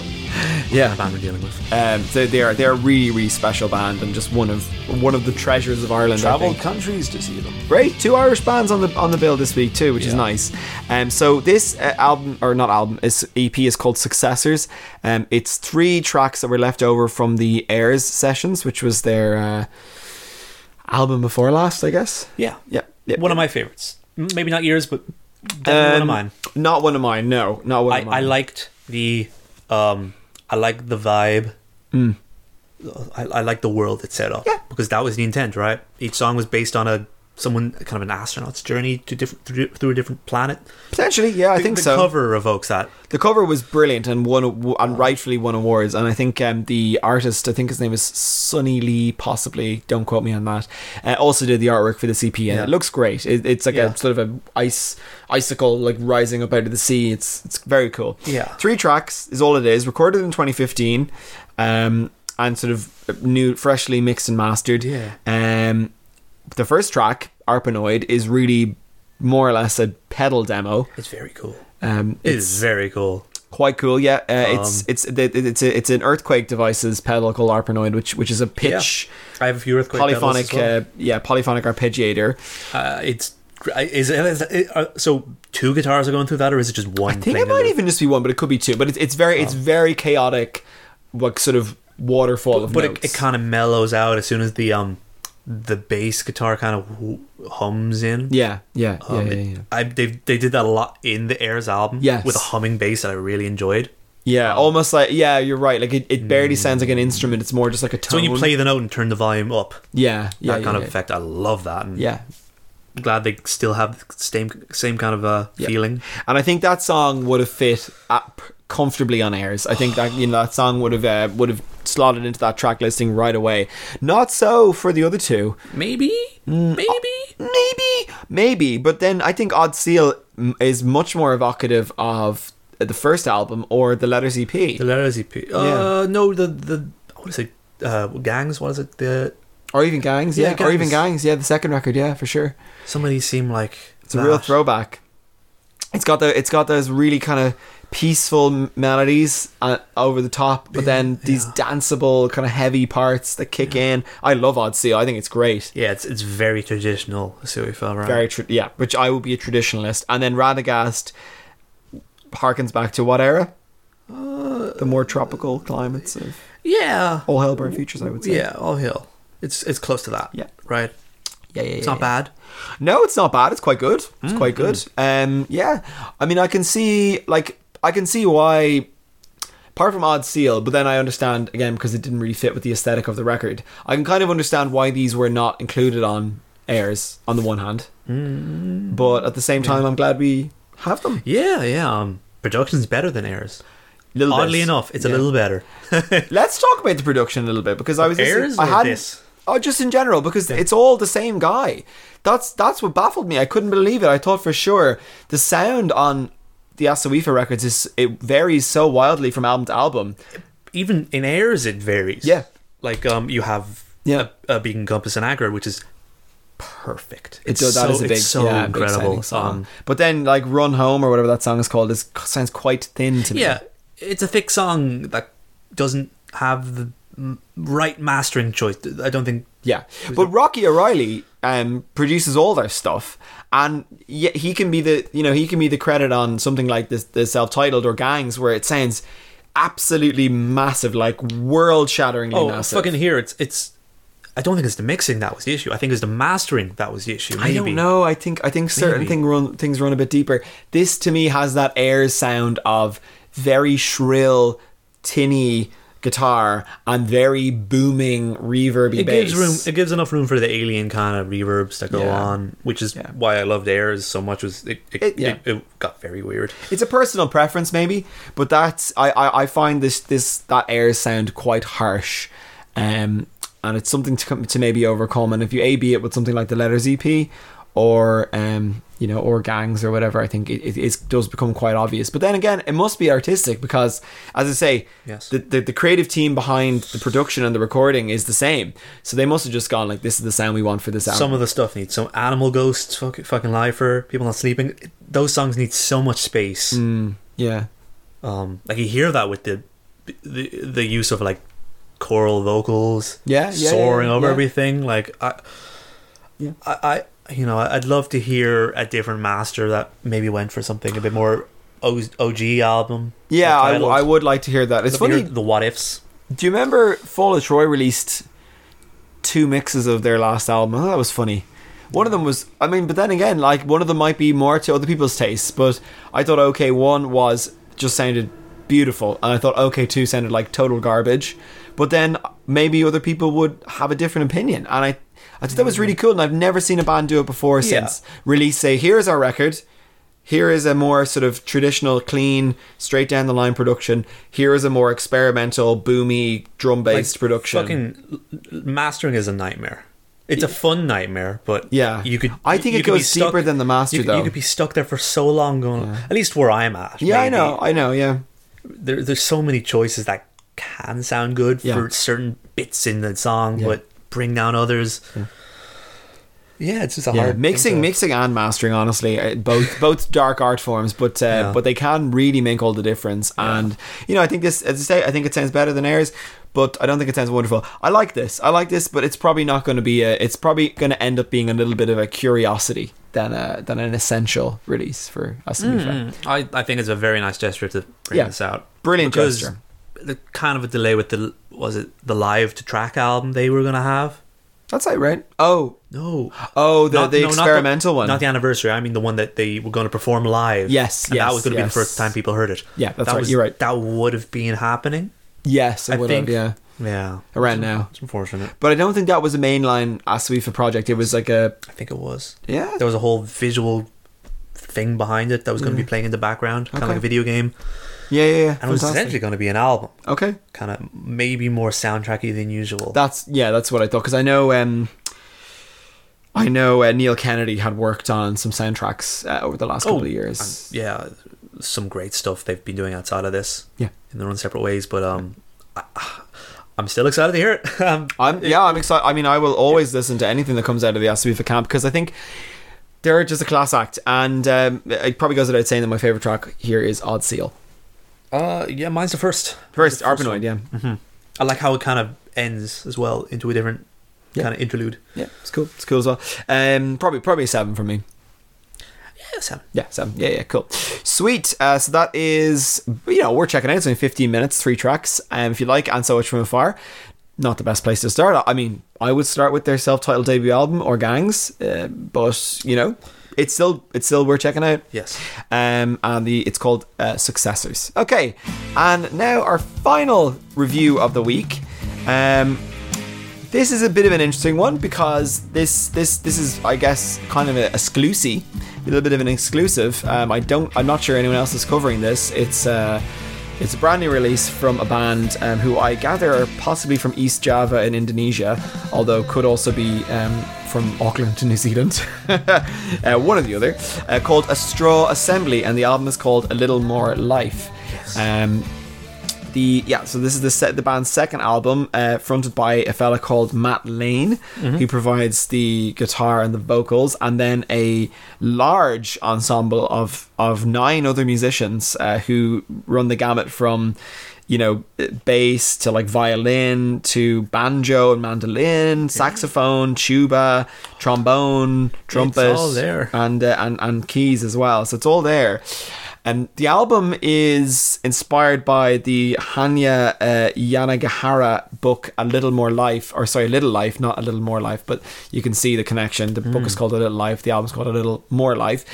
Speaker 4: yeah,
Speaker 5: the band we're dealing with.
Speaker 4: um, so they are they're a really really special band and just one of one of the treasures of Ireland. I
Speaker 1: Traveled
Speaker 4: think.
Speaker 1: countries to see them.
Speaker 4: Great, two Irish bands on the on the bill this week too, which is
Speaker 1: Yeah.
Speaker 4: nice. Um, so this uh, album or not album is EP is called Successors. Um, it's three tracks that were left over from the Airs sessions, which was their uh, album before last, I guess.
Speaker 5: Yeah.
Speaker 4: Yeah, yeah.
Speaker 5: One of my favorites. M- Maybe not yours, but definitely one of
Speaker 4: Um,
Speaker 5: mine.
Speaker 4: Not one of mine. No, not one
Speaker 5: I,
Speaker 4: of mine.
Speaker 5: I liked the um I liked the vibe. I, I like the world it set up
Speaker 4: Mm. Yeah.
Speaker 5: because that was the intent, right? Each song was based on a someone kind of an astronaut's journey to different through, through a different planet.
Speaker 4: potentially. Yeah, I
Speaker 5: The-
Speaker 4: think
Speaker 5: the
Speaker 4: so.
Speaker 5: cover evokes that.
Speaker 4: The cover was brilliant and won
Speaker 5: Oh.
Speaker 4: and rightfully won awards. And I think um, the artist, I think his name is Sonny Lee, possibly. Don't quote me on that. Uh, also did the artwork for the CP, and
Speaker 5: Yeah.
Speaker 4: it looks great. It, it's like
Speaker 5: Yeah.
Speaker 4: a sort of a ice icicle like rising up out of the sea. It's it's very cool.
Speaker 5: Yeah.
Speaker 4: three tracks is all it is. Recorded in 2015, um, and sort of new, freshly mixed and mastered.
Speaker 5: Yeah.
Speaker 4: Um, the first track, Arpanoid, is really more or less a pedal demo.
Speaker 5: It's very cool.
Speaker 4: Um,
Speaker 5: It is very cool.
Speaker 4: quite cool. Yeah, uh, it's it's th- th- it's a, it's an earthquake devices pedal called Arpanoid, which which is a pitch
Speaker 5: I have a few earthquake pedals
Speaker 4: polyphonic
Speaker 5: as well.
Speaker 4: uh, yeah polyphonic arpeggiator.
Speaker 5: Uh, it's is it, is it are, so two guitars are going through that, or is it just one?
Speaker 4: I think
Speaker 5: thing
Speaker 4: it might
Speaker 5: that-
Speaker 4: even just be one, but it could be two. But it's it's very it's very chaotic, like sort of waterfall of
Speaker 5: but
Speaker 4: notes.
Speaker 5: it, it kind of mellows out as soon as the um the bass guitar kind of hums in.
Speaker 4: yeah yeah yeah,
Speaker 5: Um,
Speaker 4: yeah,
Speaker 5: it-
Speaker 4: yeah.
Speaker 5: I, they they did that a lot in the Airs album.
Speaker 4: Yes.
Speaker 5: with a humming bass that I really enjoyed.
Speaker 4: yeah almost like yeah you're right like it, it barely sounds like an instrument it's more just like a
Speaker 5: So
Speaker 4: tone
Speaker 5: when you play the note and turn the volume up,
Speaker 4: yeah yeah
Speaker 5: that
Speaker 4: yeah,
Speaker 5: kind of
Speaker 4: yeah.
Speaker 5: effect, I love that. And
Speaker 4: yeah
Speaker 5: I'm glad they still have the same same kind of uh,
Speaker 4: Yeah.
Speaker 5: feeling.
Speaker 4: And I think that song would have fit up comfortably on airs. I think that you know that song would have uh, would have slotted into that track listing right away. Not so for the other two.
Speaker 5: Maybe, maybe.
Speaker 4: Maybe, maybe, but then I think Odd Seal mm, is much more evocative of the first album or the Letters E EP.
Speaker 5: The letters EP. Uh, No, the the what is it? Uh, gangs. What is it? The
Speaker 4: or even Gangs, yeah,
Speaker 5: Yeah,
Speaker 4: or even
Speaker 5: Gangs.
Speaker 4: Gangs, yeah, the second record, yeah, for sure.
Speaker 5: somebody seem like
Speaker 4: It's a real
Speaker 5: that.
Speaker 4: throwback. It's got the it's got those really kind of peaceful m- melodies uh, over the top, but then these danceable kind of heavy parts that kick in. I love Odd Seal. I think it's great.
Speaker 5: Yeah, it's it's very traditional. So we felt right.
Speaker 4: Very tra- yeah. Which I would be a traditionalist, and then Radagast harkens back to what era?
Speaker 5: Uh,
Speaker 4: the more tropical climates of
Speaker 5: yeah.
Speaker 4: all hellburn features, I would say.
Speaker 5: Yeah, all hill. It's it's close to that.
Speaker 4: Yeah.
Speaker 5: Right.
Speaker 4: yeah, yeah.
Speaker 5: It's
Speaker 4: yeah,
Speaker 5: not
Speaker 4: yeah.
Speaker 5: bad.
Speaker 4: No, it's not bad. It's quite good. It's
Speaker 5: Mm,
Speaker 4: quite good. Um, yeah, I mean, I can see like I can see why. Apart from Odd Seal, but then I understand again because it didn't really fit with the aesthetic of the record. I can kind of understand why these were not included on airs. On the one hand,
Speaker 5: Mm.
Speaker 4: but at the same time, I'm glad we have them.
Speaker 5: Yeah, yeah. Um, production's better than Airs.
Speaker 4: Little
Speaker 5: Oddly
Speaker 4: bit.
Speaker 5: enough, it's
Speaker 4: Yeah.
Speaker 5: a little better.
Speaker 4: Let's talk about the production a little bit because I was listening-
Speaker 5: Airs
Speaker 4: I
Speaker 5: or
Speaker 4: hadn't-
Speaker 5: this?
Speaker 4: Oh, just in general because it's all the same guy. That's that's what baffled me. I couldn't believe it. I thought for sure the sound on the Asawifa records is it varies so wildly from album to album.
Speaker 5: Even in Airs, it varies.
Speaker 4: Yeah.
Speaker 5: Like um, you have
Speaker 4: Yeah.
Speaker 5: a, a beacon compass and aggro, which is perfect.
Speaker 4: It does that
Speaker 5: so,
Speaker 4: is a big,
Speaker 5: it's so
Speaker 4: yeah, big
Speaker 5: incredible.
Speaker 4: sounding song.
Speaker 5: Um,
Speaker 4: but then like Run Home or whatever that song is called is sounds quite thin to me.
Speaker 5: yeah, it's a thick song that doesn't have the mm, right mastering choice. I don't think.
Speaker 4: Yeah, but Rocky O'Reilly um, produces all their stuff, and yet he can be the you know he can be the credit on something like this the self titled or Gangs where it sounds absolutely massive, like world shatteringly
Speaker 5: Oh,
Speaker 4: massive.
Speaker 5: fucking here! It's it's. I don't think it's the mixing that was the issue. I think it's the mastering that was the issue. Maybe.
Speaker 4: I don't know. I think I think certain
Speaker 5: Maybe.
Speaker 4: thing run, things run a bit deeper. This to me has that air sound of very shrill, tinny guitar and very booming reverby
Speaker 5: it
Speaker 4: bass.
Speaker 5: gives room it gives enough room for the alien kind of reverbs that go
Speaker 4: Yeah.
Speaker 5: on which is
Speaker 4: Yeah.
Speaker 5: why i loved airs so much was it
Speaker 4: It-
Speaker 5: it, it,
Speaker 4: yeah.
Speaker 5: it, got very weird
Speaker 4: it's a personal preference maybe but that's I, I i find this this that air sound quite harsh um and it's something to come to maybe overcome and if you ab it with something like the letters ep or um, you know, or gangs or whatever. I think it, it, it does become quite obvious. But then again, it must be artistic because, as I say,
Speaker 5: Yes.
Speaker 4: the, the the creative team behind the production and the recording is the same. So they must have just gone like, "This is the sound we want for this album."
Speaker 5: Some of the stuff needs some animal ghosts, fuck, fucking lifer, people not sleeping. Those songs need so much space.
Speaker 4: Mm. yeah,
Speaker 5: Um, like you hear that with the the, the use of like choral vocals,
Speaker 4: Yeah, yeah,
Speaker 5: soaring
Speaker 4: yeah,
Speaker 5: over
Speaker 4: yeah.
Speaker 5: everything. Like I,
Speaker 4: Yeah.
Speaker 5: I, I, you know, I'd love to hear a different master that maybe went for something a bit more O- OG album.
Speaker 4: yeah. I, w-
Speaker 5: titled.
Speaker 4: I would like to hear that. It's
Speaker 5: Love to hear
Speaker 4: funny.
Speaker 5: the what ifs.
Speaker 4: Do you remember Fall of Troy released two mixes of their last album? I thought that was funny. One of them was, I mean, but then again, like one of them might be more to other people's tastes. But I thought OK One was just sounded beautiful, and I thought OK Two sounded like total garbage. But then maybe other people would have a different opinion, and I, I thought that was really cool. And I've never seen a band do it before
Speaker 5: Mm. Yeah.
Speaker 4: since release say, here's our record. Here is a more sort of traditional, clean, straight down the line production. Here is a more experimental, boomy, drum based
Speaker 5: Like,
Speaker 4: production.
Speaker 5: Fucking mastering is a nightmare. It's a fun nightmare, but
Speaker 4: Yeah.
Speaker 5: you could.
Speaker 4: I think
Speaker 5: you
Speaker 4: it
Speaker 5: could be
Speaker 4: goes deeper than the master,
Speaker 5: you, could-
Speaker 4: though.
Speaker 5: You could be stuck there for so long, going. At least where I'm at.
Speaker 4: yeah, I
Speaker 5: maybe.
Speaker 4: know, I know, yeah.
Speaker 5: There, there's so many choices that can sound good
Speaker 4: Yeah.
Speaker 5: for certain bits in the song,
Speaker 4: Yeah.
Speaker 5: but bring down others. Yeah, it's just a
Speaker 4: Yeah,
Speaker 5: hard
Speaker 4: mixing,
Speaker 5: thing to-
Speaker 4: mixing, and mastering. Honestly, uh, both both dark art forms, but uh,
Speaker 5: Yeah.
Speaker 4: but they can really make all the difference. And you know, I think this, as I say, I think it sounds better than theirs, but I don't think it sounds wonderful. I like this. I like this, but it's probably not going to be. A, it's probably going to end up being a little bit of a curiosity than a than an essential release for us. To be fair.
Speaker 5: Mm, I, I think it's a very nice gesture to bring
Speaker 4: Yeah.
Speaker 5: this out.
Speaker 4: Brilliant
Speaker 5: Because
Speaker 4: gesture.
Speaker 5: The kind of a delay with the was it the live to track album they were gonna have.
Speaker 4: That's it, right? Oh,
Speaker 5: No.
Speaker 4: oh, the, the
Speaker 5: no,
Speaker 4: experimental one.
Speaker 5: Not the anniversary. I mean the one that they were going to perform live.
Speaker 4: Yes,
Speaker 5: and
Speaker 4: yes,
Speaker 5: that was going to be
Speaker 4: yes.
Speaker 5: the first time people heard it.
Speaker 4: Yeah, that's
Speaker 5: that
Speaker 4: right,
Speaker 5: was-
Speaker 4: you're right.
Speaker 5: That would have been happening.
Speaker 4: yes, I
Speaker 5: I
Speaker 4: would
Speaker 5: think-
Speaker 4: have. Yeah,
Speaker 5: Yeah,
Speaker 4: around now.
Speaker 5: It's unfortunate.
Speaker 4: But I don't think that was a mainline Aswifa project. It was like a
Speaker 5: I think it was.
Speaker 4: yeah.
Speaker 5: There was a whole visual thing behind it that was going to be playing in the background, kind of
Speaker 4: Okay.
Speaker 5: like a video game,
Speaker 4: Yeah, yeah, yeah.
Speaker 5: and it was
Speaker 4: Fantastic.
Speaker 5: essentially going to be an album,
Speaker 4: Okay,
Speaker 5: kind of maybe more soundtracky than usual.
Speaker 4: that's yeah, that's what I thought because I know, um, I know uh, Neil Kennedy had worked on some soundtracks uh, over the last couple of years.
Speaker 5: Oh, and yeah, some great stuff they've been doing outside of this.
Speaker 4: Yeah.
Speaker 5: in their own separate ways, but um, I, I'm still excited to hear it. um,
Speaker 4: I'm yeah, I'm excited. I mean, I will always listen to anything that comes out of the Aswifa camp because I think they're just a class act, and um, it probably goes without saying that my favorite track here is Odd Seal.
Speaker 5: Uh, yeah, mine's the first.
Speaker 4: First,
Speaker 5: Mine's the
Speaker 4: Arpanoid,
Speaker 5: one.
Speaker 4: yeah, Mm-hmm.
Speaker 5: I like how it kind of ends as well into a different
Speaker 4: Yeah.
Speaker 5: kind of interlude.
Speaker 4: yeah, it's cool, it's cool as well. Um, probably probably a seven from me.
Speaker 5: Yeah, Sam.
Speaker 4: Yeah, so yeah, yeah, cool, sweet. Uh, so that is you know we're checking out. It's only fifteen minutes, three tracks. Um, if you like, and so much from afar. Not the best place to start. I mean, I would start with their self-titled debut album or Gangs, uh, but you know, it's still it's still worth checking out.
Speaker 5: Yes.
Speaker 4: Um, and the it's called uh, Successors. Okay, and now our final review of the week. Um, this is a bit of an interesting one because this this this is I guess kind of a exclusive, a little bit of an exclusive. Um, I don't I'm not sure anyone else is covering this. It's uh, it's a brand new release from a band um, who I gather are possibly from East Java in Indonesia, although could also be um, from Auckland to New Zealand, uh, one or the other. Uh, called A Straw Assembly, and the album is called A Little More Life. Um, the yeah so this is the set the band's second album uh, fronted by a fella called matt lane
Speaker 5: Mm-hmm.
Speaker 4: who provides the guitar and the vocals and then a large ensemble of of nine other musicians uh, who run the gamut from you know bass to like violin to banjo and mandolin saxophone tuba trombone trumpet
Speaker 5: all there.
Speaker 4: and uh, and and keys as well. So it's all there. And the album is inspired by the Hanya uh, Yanagihara book, A Little More Life, or sorry, Little Life, not A Little More Life, but you can see the connection. The book is
Speaker 5: Mm.
Speaker 4: called A Little Life, the album's called A Little More Life.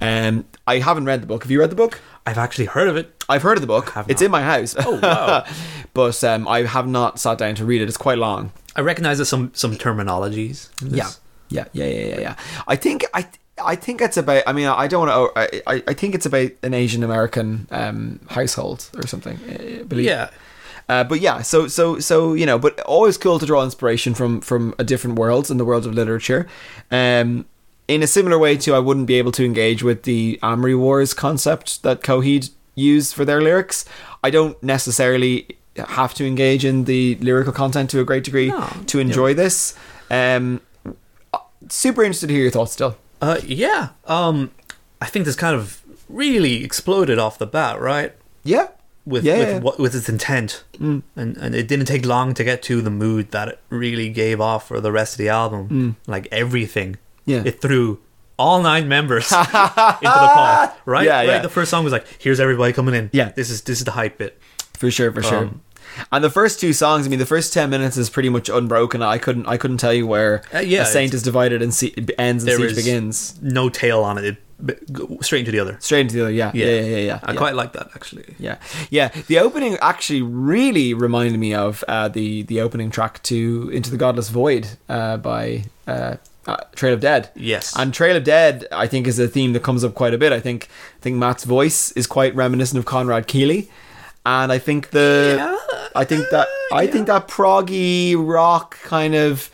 Speaker 4: Um, I haven't read the book. Have you read the book?
Speaker 5: I've actually heard of it.
Speaker 4: I've heard of the book.
Speaker 5: have
Speaker 4: It's
Speaker 5: not.
Speaker 4: in my house. Oh
Speaker 5: wow.
Speaker 4: but um, I have not sat down to read it. It's quite long.
Speaker 5: I recognize that some some terminologies. in
Speaker 4: Yeah,
Speaker 5: this.
Speaker 4: yeah, yeah, yeah, yeah, yeah. I think I. I think it's about. I mean, I don't want to. I, I- I think it's about an Asian American um, household or something. I believe.
Speaker 5: Yeah.
Speaker 4: Uh, but yeah, so so so you know, but always cool to draw inspiration from from a different world in the world of literature. Um, in a similar way to I wouldn't be able to engage with the Amory Wars concept that Coheed used for their lyrics. I don't necessarily have to engage in the lyrical content to a great degree
Speaker 5: No.
Speaker 4: to enjoy this. Um, super interested to hear your thoughts still.
Speaker 5: Uh, yeah. Um, I think this kind of really exploded off the bat, right?
Speaker 4: Yeah.
Speaker 5: With
Speaker 4: yeah,
Speaker 5: with
Speaker 4: yeah. Mm.
Speaker 5: what with its intent, and and it didn't take long to get to the mood that it really gave off for the rest of the album. Like everything,
Speaker 4: Mm. Yeah.
Speaker 5: it threw all nine members into the pot, right?
Speaker 4: Yeah,
Speaker 5: right.
Speaker 4: yeah.
Speaker 5: The first song was like, "Here's everybody coming in.
Speaker 4: Yeah.
Speaker 5: this is this is the hype bit."
Speaker 4: for sure, for sure.
Speaker 5: Um,
Speaker 4: And the first two songs, I mean, the first ten minutes is pretty much unbroken. I couldn't, I couldn't tell you where
Speaker 5: Uh, yeah,
Speaker 4: a saint
Speaker 5: it's-
Speaker 4: is divided and se- ends and
Speaker 5: There
Speaker 4: siege
Speaker 5: is
Speaker 4: begins.
Speaker 5: No tail on it. it but go straight into the other.
Speaker 4: Straight into the other, yeah, yeah, yeah, yeah. yeah,
Speaker 5: I
Speaker 4: yeah.
Speaker 5: quite like that actually.
Speaker 4: Yeah, yeah. The opening actually really reminded me of uh, the the opening track to "Into the Godless Void" uh, by uh, uh, Trail of Dead.
Speaker 5: Yes.
Speaker 4: and Trail of Dead, I think, is a theme that comes up quite a bit. I think I think Matt's voice is quite reminiscent of Conrad Keeley, and I think the I think that I think that proggy rock kind of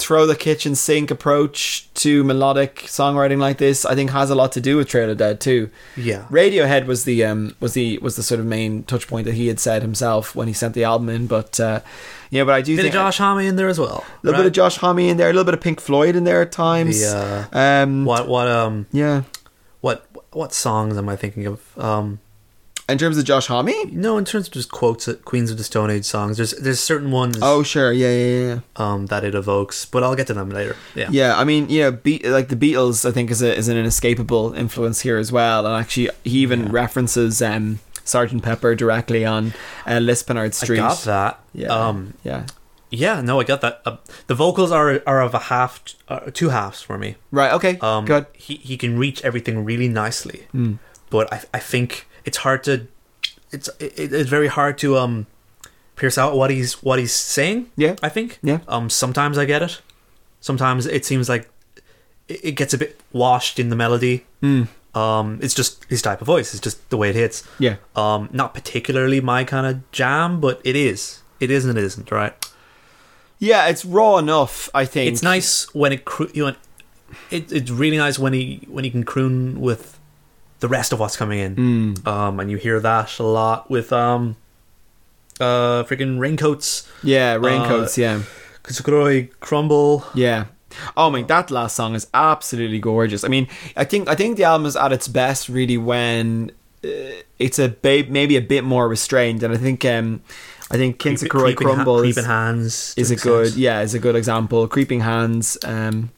Speaker 4: throw the kitchen sink approach to melodic songwriting like this I think has a lot to do with Trail of Dead too.
Speaker 5: Yeah.
Speaker 4: Radiohead was the um was the was the sort of main touch point that he had said himself when he sent the album in, but uh, yeah, but I do
Speaker 5: Bit of
Speaker 4: think
Speaker 5: Josh Homme in there as well.
Speaker 4: a little bit of Josh Homme in there, a little bit of Pink Floyd in there at times.
Speaker 5: The, uh,
Speaker 4: um,
Speaker 5: What what um
Speaker 4: yeah.
Speaker 5: what what songs am I thinking of? Um,
Speaker 4: In terms of Josh Homme?
Speaker 5: no, in terms of just quotes at Queens of the Stone Age songs, there's there's certain ones
Speaker 4: Oh sure, yeah, yeah, yeah.
Speaker 5: um, that it evokes, but I'll get to them later. Yeah,
Speaker 4: Yeah, I mean, you know, be- like the Beatles, I think is a, is an inescapable influence here as well. And actually, he even references um, Sergeant Pepper directly on uh, Lispinard
Speaker 5: I
Speaker 4: Street.
Speaker 5: got that.
Speaker 4: Yeah,
Speaker 5: um,
Speaker 4: yeah,
Speaker 5: yeah, no, I got that. Uh, the vocals are are of a half, uh, two halves for me.
Speaker 4: right. Okay,
Speaker 5: Um,
Speaker 4: good. Hmm.
Speaker 5: He he can reach everything really nicely, but I I think it's hard to, it's it, it's very hard to um, pierce out what he's what he's saying.
Speaker 4: Yeah.
Speaker 5: I think.
Speaker 4: Yeah.
Speaker 5: Um, sometimes I get it. Sometimes it seems like it, it gets a bit washed in the melody.
Speaker 4: Hmm.
Speaker 5: Um, it's just his type of voice. It's just the way it hits.
Speaker 4: Yeah.
Speaker 5: Um, not particularly my kind of jam, but it is. It is and it isn't. Right.
Speaker 4: Yeah, it's raw enough. I think
Speaker 5: It's nice when it cru- you know, it, it's really nice when he when he can croon with the rest of what's coming in.
Speaker 4: Hmm.
Speaker 5: Um, and you hear that a lot with um, uh, freaking raincoats.
Speaker 4: Yeah, raincoats.
Speaker 5: Uh,
Speaker 4: yeah,
Speaker 5: Kutsukuroi crumble.
Speaker 4: yeah. Oh my, that last song is absolutely gorgeous. I mean, I think I think the album is at its best really when uh, it's a ba- maybe a bit more restrained. And I think um, I think Kinsakuroi
Speaker 5: Creeping Ha-
Speaker 4: Crumble is-
Speaker 5: creeping hands to
Speaker 4: is a
Speaker 5: an
Speaker 4: good
Speaker 5: extent.
Speaker 4: yeah is a good example creeping hands um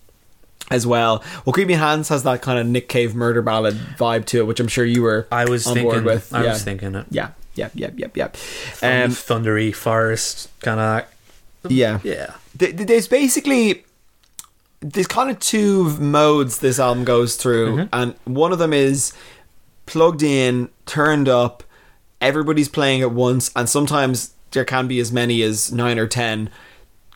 Speaker 4: as well well creeping hands has that kind of nick cave murder ballad vibe to it which i'm sure you were
Speaker 5: I was
Speaker 4: on
Speaker 5: thinking.
Speaker 4: board with
Speaker 5: I
Speaker 4: yeah.
Speaker 5: was thinking it.
Speaker 4: yeah yep yep yep yep
Speaker 5: Um,
Speaker 4: um
Speaker 5: thundery forest kind of.
Speaker 4: yeah
Speaker 5: Yeah.
Speaker 4: Th- th- there's basically there's kind of two modes this album goes through and one of them is plugged in turned up everybody's playing at once and sometimes there can be as many as nine or ten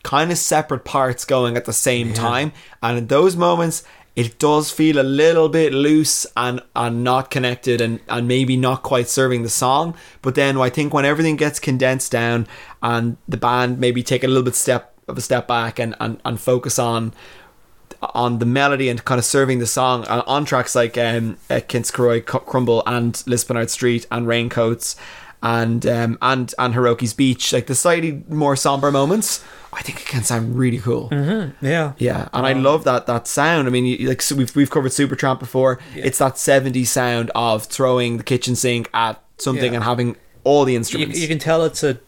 Speaker 4: kind of separate parts going at the same time and in those moments it does feel a little bit loose and, and not connected and, and maybe not quite serving the song but then i think when everything gets condensed down and the band maybe take a little bit step of a step back and, and, and focus on on the melody and kind of serving the song on, on tracks like um, uh, Kinskaroy C- Crumble and Lispinard Street and Raincoats and um, and and Hiroki's Beach, like the slightly more somber moments, I think it can sound really cool.
Speaker 5: Yeah.
Speaker 4: Yeah, and I
Speaker 5: Um,
Speaker 4: love that that sound. I mean, you, like so we've we've covered Supertramp before. It's that 70s sound of throwing the kitchen sink at something
Speaker 5: Yeah.
Speaker 4: and having all the
Speaker 5: you,
Speaker 4: instruments.
Speaker 5: you can tell it's a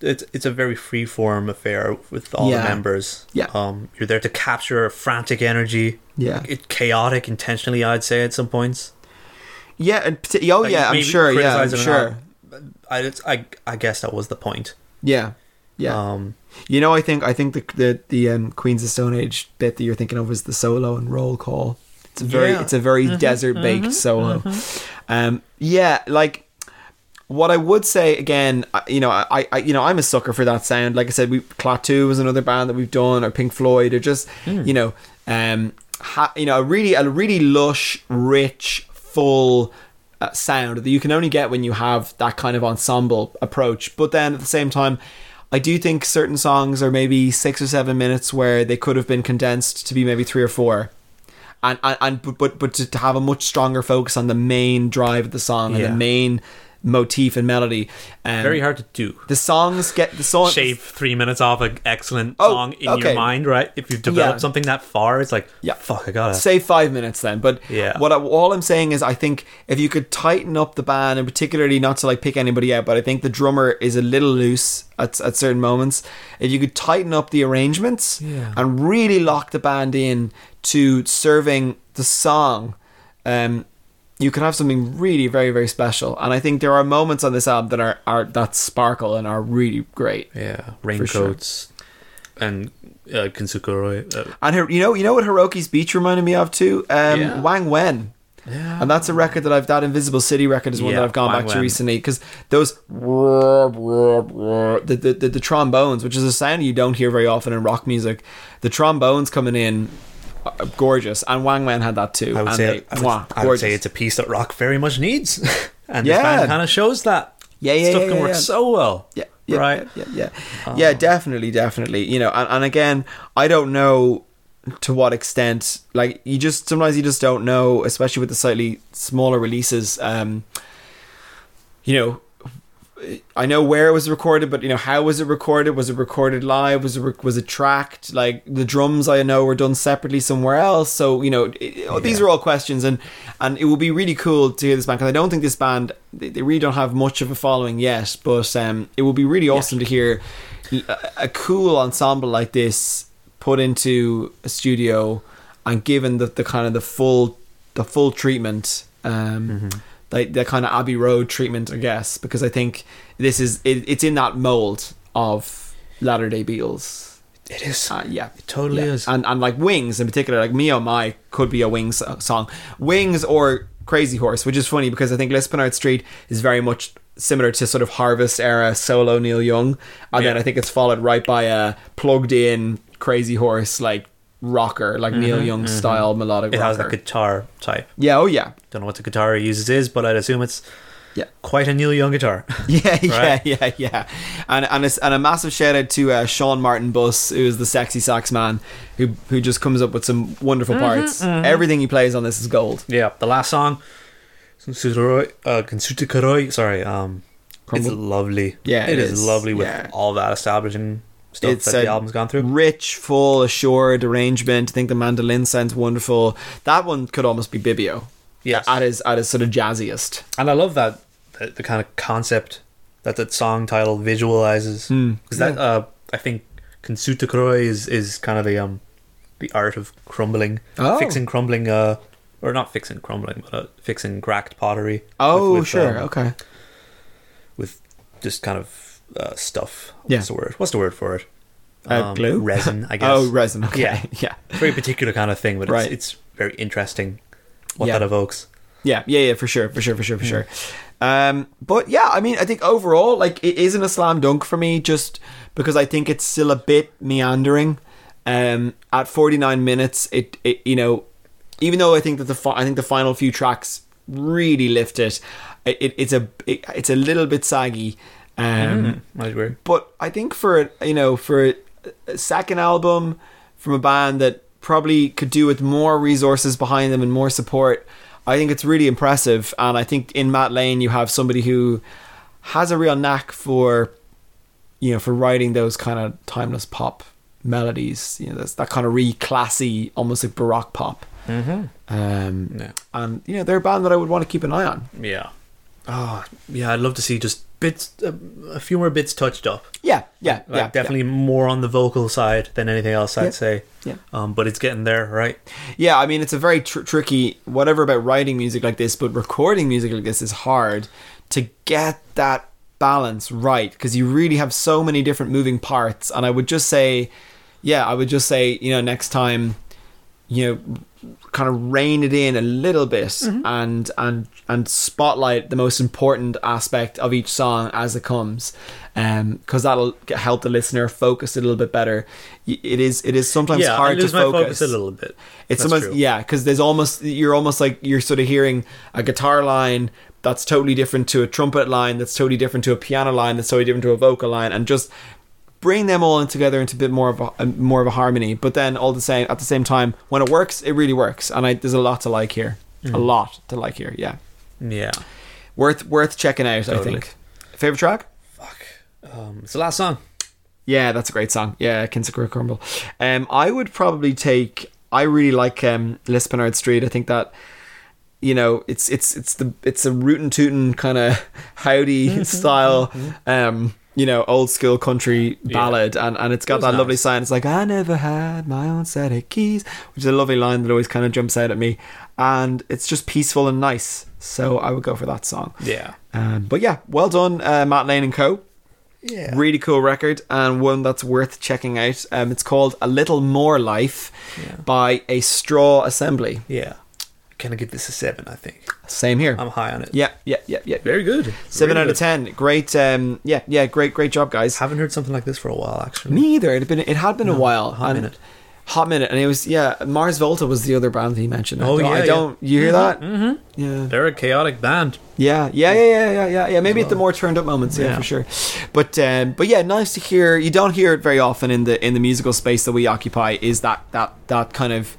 Speaker 5: it's it's a very free form affair with all
Speaker 4: Yeah.
Speaker 5: the members.
Speaker 4: Yeah.
Speaker 5: Um, you're there to capture frantic energy.
Speaker 4: Yeah.
Speaker 5: It, chaotic intentionally, I'd say at some points.
Speaker 4: yeah, and, parti- oh
Speaker 5: Like,
Speaker 4: yeah, I'm
Speaker 5: maybe
Speaker 4: sure. Yeah, I'm
Speaker 5: criticize it or
Speaker 4: sure.
Speaker 5: not. I, it's- I I guess that was the point.
Speaker 4: Yeah, yeah.
Speaker 5: Um,
Speaker 4: You know, I think I think the the, the um, Queens of Stone Age bit that you're thinking of was the solo and roll call. It's a very
Speaker 5: Yeah.
Speaker 4: it's a very desert baked solo. Um, yeah, like what I would say again, I- you know, I, I you know I'm a sucker for that sound. Like I said, we Klaatu was another band that we've done, or Pink Floyd, or just you know, um, ha, you know, a really a really lush, rich, full. Uh, sound that you can only get when you have that kind of ensemble approach, but then at the same time, I do think certain songs are maybe six or seven minutes where they could have been condensed to be maybe three or four and and, and but but, but to, to have a much stronger focus on the main drive of the song and
Speaker 5: Yeah.
Speaker 4: the main motif and melody. Um,
Speaker 5: Very hard to do.
Speaker 4: The songs get the song
Speaker 5: Shave three minutes off an excellent
Speaker 4: Oh,
Speaker 5: song in
Speaker 4: okay.
Speaker 5: your mind, right? If you've developed
Speaker 4: Yeah.
Speaker 5: something that far, it's like,
Speaker 4: Yeah.
Speaker 5: fuck, I gotta.
Speaker 4: say five minutes then. But
Speaker 5: Yeah.
Speaker 4: what I, all I'm saying is I think if you could tighten up the band and particularly not to like pick anybody out, but I think the drummer is a little loose at, at certain moments. If you could tighten up the arrangements
Speaker 5: Yeah.
Speaker 4: and really lock the band in to serving the song. Um, you can have something really very very special, and I think there are moments on this album that are, are that sparkle and are really great.
Speaker 5: yeah,
Speaker 4: sure.
Speaker 5: raincoats and uh, Kintsukuroi. Uh,
Speaker 4: And her, you know, you know what Hiroki's Beach reminded me of too. Um,
Speaker 5: Yeah.
Speaker 4: Wang Wen.
Speaker 5: Yeah.
Speaker 4: And that's a record that I've that Invisible City record is one
Speaker 5: Yeah,
Speaker 4: that I've gone
Speaker 5: Wang
Speaker 4: back to
Speaker 5: Wen.
Speaker 4: recently because those the, the the the trombones, which is a sound you don't hear very often in rock music, the trombones coming in, are gorgeous. And Wang Wen had that too.
Speaker 5: I would
Speaker 4: and
Speaker 5: say
Speaker 4: they-
Speaker 5: I would,
Speaker 4: mwah,
Speaker 5: I would say
Speaker 4: gorgeous.
Speaker 5: it's a piece that rock very much needs, and
Speaker 4: Yeah.
Speaker 5: this band kind of shows that.
Speaker 4: Yeah, yeah,
Speaker 5: stuff
Speaker 4: yeah,
Speaker 5: can
Speaker 4: yeah,
Speaker 5: work
Speaker 4: yeah.
Speaker 5: so well.
Speaker 4: Yeah, yeah,
Speaker 5: right.
Speaker 4: Yeah, yeah, yeah. Yeah, definitely, definitely. You know, and, and again, I don't know to what extent. Like, you just sometimes you just don't know, especially with the slightly smaller releases. Um, you know. I know where it was recorded, but you know how was it recorded? Was it recorded live? Was it rec- was it tracked? Like the drums, I know were done separately somewhere else. So you know it, it- these are all questions, and and it will be really cool to hear this band because I don't think this band they, they really don't have much of a following yet, but um, it will be really awesome to hear a, a cool ensemble like this put into a studio and given the, the kind of the full the full treatment um like the kind of abbey road treatment i guess because i think this is it, it's in that mold of latter day beatles
Speaker 5: It is.
Speaker 4: uh, yeah
Speaker 5: It totally
Speaker 4: Yeah.
Speaker 5: is.
Speaker 4: and and like wings in particular like me oh my could be a wings so- song wings or crazy horse which is funny because i think lispenard street is very much similar to sort of harvest era solo neil young and then
Speaker 5: Yeah.
Speaker 4: i think it's followed right by a plugged in crazy horse like rocker like neil young style melodic
Speaker 5: Mm-hmm. it has
Speaker 4: rocker
Speaker 5: that guitar type.
Speaker 4: yeah oh yeah
Speaker 5: Don't know what the guitar he uses is, but I'd assume it's
Speaker 4: Yeah.
Speaker 5: quite a Neil Young guitar.
Speaker 4: Yeah,
Speaker 5: Right?
Speaker 4: yeah, yeah, yeah. And and a, and a massive shout out to uh, Sean Martin Bus, who is the sexy sax man, who who just comes up with some wonderful
Speaker 5: Mm-hmm,
Speaker 4: parts. Everything he plays on this is gold.
Speaker 5: yeah, the last song, Kintsukuroi, uh, Kintsukuroi, sorry, um, it's
Speaker 4: Crumble.
Speaker 5: lovely.
Speaker 4: Yeah, it
Speaker 5: it is.
Speaker 4: is.
Speaker 5: lovely with
Speaker 4: Yeah.
Speaker 5: all that establishing stuff
Speaker 4: It's
Speaker 5: that the
Speaker 4: a
Speaker 5: album's gone through.
Speaker 4: Rich, full, assured arrangement. I think the mandolin sounds wonderful. That one could almost be Bibio.
Speaker 5: Yes.
Speaker 4: at his at his sort of jazziest.
Speaker 5: and I love that the, the kind of concept that that song title visualizes
Speaker 4: Hmm.
Speaker 5: because that uh, I think Kintsukuroi is is kind of the um the art of crumbling,
Speaker 4: Oh.
Speaker 5: fixing crumbling, uh, or not fixing crumbling, but uh, fixing cracked pottery.
Speaker 4: Oh,
Speaker 5: with- with,
Speaker 4: sure,
Speaker 5: um,
Speaker 4: okay.
Speaker 5: with just kind of uh, stuff.
Speaker 4: Yeah.
Speaker 5: What's the word? What's the word for it? Um,
Speaker 4: Uh, glue?
Speaker 5: resin, I guess.
Speaker 4: Oh, resin. Okay, yeah,
Speaker 5: Yeah.
Speaker 4: yeah,
Speaker 5: Very particular kind of thing, but
Speaker 4: Right.
Speaker 5: it's, it's very interesting what
Speaker 4: Yeah.
Speaker 5: that evokes.
Speaker 4: Yeah, yeah, yeah, for sure, for sure, for sure, for sure. Um, but yeah, I mean, I think overall, like, it isn't a slam dunk for me, just because I think it's still a bit meandering. Um, at 49 minutes, it, it you know, even though I think that the fi- I think the final few tracks really lift it, it, it it's a it, it's a little bit saggy. Um,
Speaker 5: That's weird.
Speaker 4: but I think for you know for a second album from a band that probably could do with more resources behind them and more support, I think it's really impressive. And I think in Matt Lane you have somebody who has a real knack for you know for writing those kind of timeless pop melodies. You know that's that kind of really classy, almost like baroque pop. Mm-hmm. Um,
Speaker 5: Yeah.
Speaker 4: and you know they're a band that I would want to keep an eye on.
Speaker 5: Yeah. Oh, yeah. I'd love to see just bits, uh, a few more bits touched up.
Speaker 4: Yeah, yeah,
Speaker 5: Like,
Speaker 4: yeah, yeah.
Speaker 5: definitely more on the vocal side than anything else. I'd
Speaker 4: Yeah.
Speaker 5: say.
Speaker 4: Yeah.
Speaker 5: Um, but it's getting there, right?
Speaker 4: Yeah, I mean, it's a very tr- tricky whatever about writing music like this, but recording music like this is hard to get that balance right because you really have so many different moving parts. And I would just say, yeah, I would just say, you know, next time, you know, kind of rein it in a little bit
Speaker 5: Mm-hmm.
Speaker 4: and and and spotlight the most important aspect of each song as it comes, because that'll g- help the listener focus a little bit better. Y- It is it is sometimes
Speaker 5: yeah.
Speaker 4: hard
Speaker 5: I lose
Speaker 4: to
Speaker 5: my
Speaker 4: focus.
Speaker 5: focus a little bit.
Speaker 4: It's
Speaker 5: That's
Speaker 4: almost
Speaker 5: true.
Speaker 4: yeah, because there's almost you're almost like you're sort of hearing a guitar line that's totally different to a trumpet line, that's totally different to a piano line, that's totally different to a vocal line, and just bring them all in together into a bit more of a, a- more of a harmony. But then all the same, at the same time, when it works, it really works. And I, there's a lot to like here, a
Speaker 5: Mm.
Speaker 4: lot to like here. Yeah,
Speaker 5: Yeah.
Speaker 4: worth worth checking out. I
Speaker 5: Totally.
Speaker 4: think. Favorite track?
Speaker 5: Fuck. Um, it's the last song.
Speaker 4: Yeah, that's a great song. Yeah, Kinsekura Crumble. Um, I would probably take. I really like um, Lispinard Street. I think that you know it's it's it's the it's a rootin' tootin' kind of howdy
Speaker 5: Mm-hmm,
Speaker 4: style. Um, you know, old school country ballad, and, and it's got
Speaker 5: was
Speaker 4: that lovely
Speaker 5: nice.
Speaker 4: sign. It's like I never had my own set of keys, which is a lovely line that always kind of jumps out at me, and it's just peaceful and nice. So I would go for that song.
Speaker 5: Yeah.
Speaker 4: Um, but yeah, well done, uh, Matt Lane and Co.
Speaker 5: Yeah.
Speaker 4: Really cool record and one that's worth checking out. Um, it's called A Little More Life
Speaker 5: Yeah.
Speaker 4: by A Straw Assembly.
Speaker 5: yeah. Can I give this a seven? I think
Speaker 4: Same here.
Speaker 5: I'm high on it.
Speaker 4: yeah, yeah, yeah, yeah.
Speaker 5: Very Um, good.
Speaker 4: Seven
Speaker 5: Really
Speaker 4: out of
Speaker 5: good.
Speaker 4: ten. Great. Um, yeah, yeah. Great, great job, guys.
Speaker 5: Haven't heard something like this for a while, actually.
Speaker 4: Me either. It had been, it had been a while.
Speaker 5: hot
Speaker 4: and-
Speaker 5: minute.
Speaker 4: Hot minute, and it was yeah. Mars Volta was the other band that he mentioned. I
Speaker 5: Oh,
Speaker 4: don't-
Speaker 5: yeah,
Speaker 4: I
Speaker 5: yeah.
Speaker 4: don't. You hear that? Mm-hmm. Yeah.
Speaker 5: They're a chaotic band.
Speaker 4: Yeah, yeah, yeah, yeah, yeah, yeah, yeah. Maybe at the more turned up moments, yeah,
Speaker 5: Yeah.
Speaker 4: for sure. But um, but yeah, nice to hear. You don't hear it very often in the in the musical space that we occupy. Is that that that kind of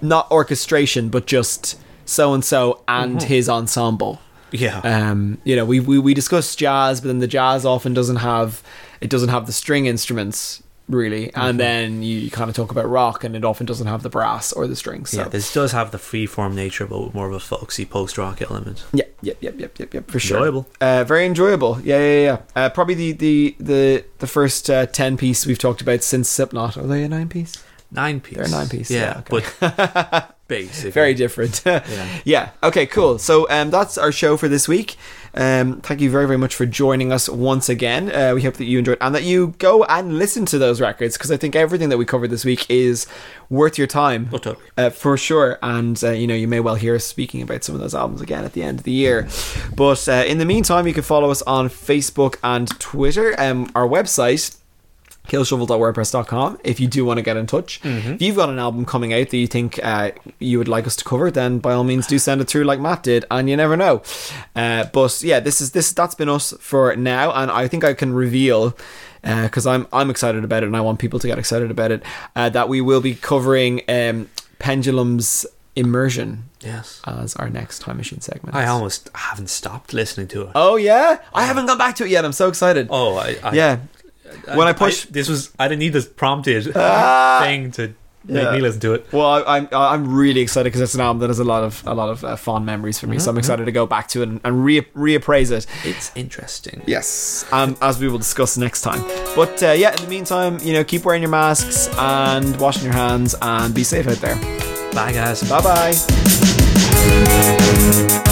Speaker 4: not orchestration, but just so and so and his ensemble.
Speaker 5: Mm-hmm. Yeah.
Speaker 4: Um, you know, we, we we discuss jazz, but then the jazz often doesn't have it doesn't have the string instruments really,
Speaker 5: Mm-hmm.
Speaker 4: and then you, kind of talk about rock, and it often doesn't have the brass or the strings. So.
Speaker 5: Yeah, this does have the freeform nature, but with more of a folksy post rock element.
Speaker 4: Yeah, yep, yep, yep, yep, yep, for sure.
Speaker 5: Enjoyable.
Speaker 4: Uh, very enjoyable. Yeah, yeah, yeah. Uh, probably the the the the first uh, ten piece we've talked about since Slipknot. Are they a nine piece?
Speaker 5: Nine piece.
Speaker 4: They're a nine piece,
Speaker 5: Yeah,
Speaker 4: yeah,
Speaker 5: but basically
Speaker 4: Very different. yeah. Okay. Cool. So um, that's our show for this week. Um, thank you very very much for joining us once again. Uh, we hope that you enjoyed and that you go and listen to those records because I think everything that we covered this week is worth your time.
Speaker 5: Oh, totally.
Speaker 4: uh, for sure. And uh, you know, you may well hear us speaking about some of those albums again at the end of the year. But uh, in the meantime, you can follow us on Facebook and Twitter. Um, our website. Killshovel.wordpress.com. If you do want to get in touch, if you've got an album coming out that you think uh, you would like us to cover, then by all means do send it through, like Matt did. And you never know. Uh, but yeah, this is this that's been us for now, and I think I can reveal because Uh, I'm I'm excited about it, and I want people to get excited about it. Uh, that we will be covering um, Pendulum's immersion
Speaker 5: Yes.
Speaker 4: as our next time machine segment.
Speaker 5: I almost haven't stopped listening to it.
Speaker 4: oh yeah, I haven't gone back to it yet. I'm so excited.
Speaker 5: oh, I, I
Speaker 4: yeah, when I push, Ah!
Speaker 5: this was I didn't need this prompted thing to make
Speaker 4: Yeah.
Speaker 5: me listen to it.
Speaker 4: well, I, I'm I'm really excited because it's an album that has a lot of a lot of uh, fond memories for me. So I'm excited to go back to it and, and re- reappraise it.
Speaker 5: It's interesting.
Speaker 4: Yes, um, as we will discuss next time. But uh, yeah, in the meantime, you know, keep wearing your masks and washing your hands and be safe out there.
Speaker 5: Bye guys.
Speaker 4: Bye bye.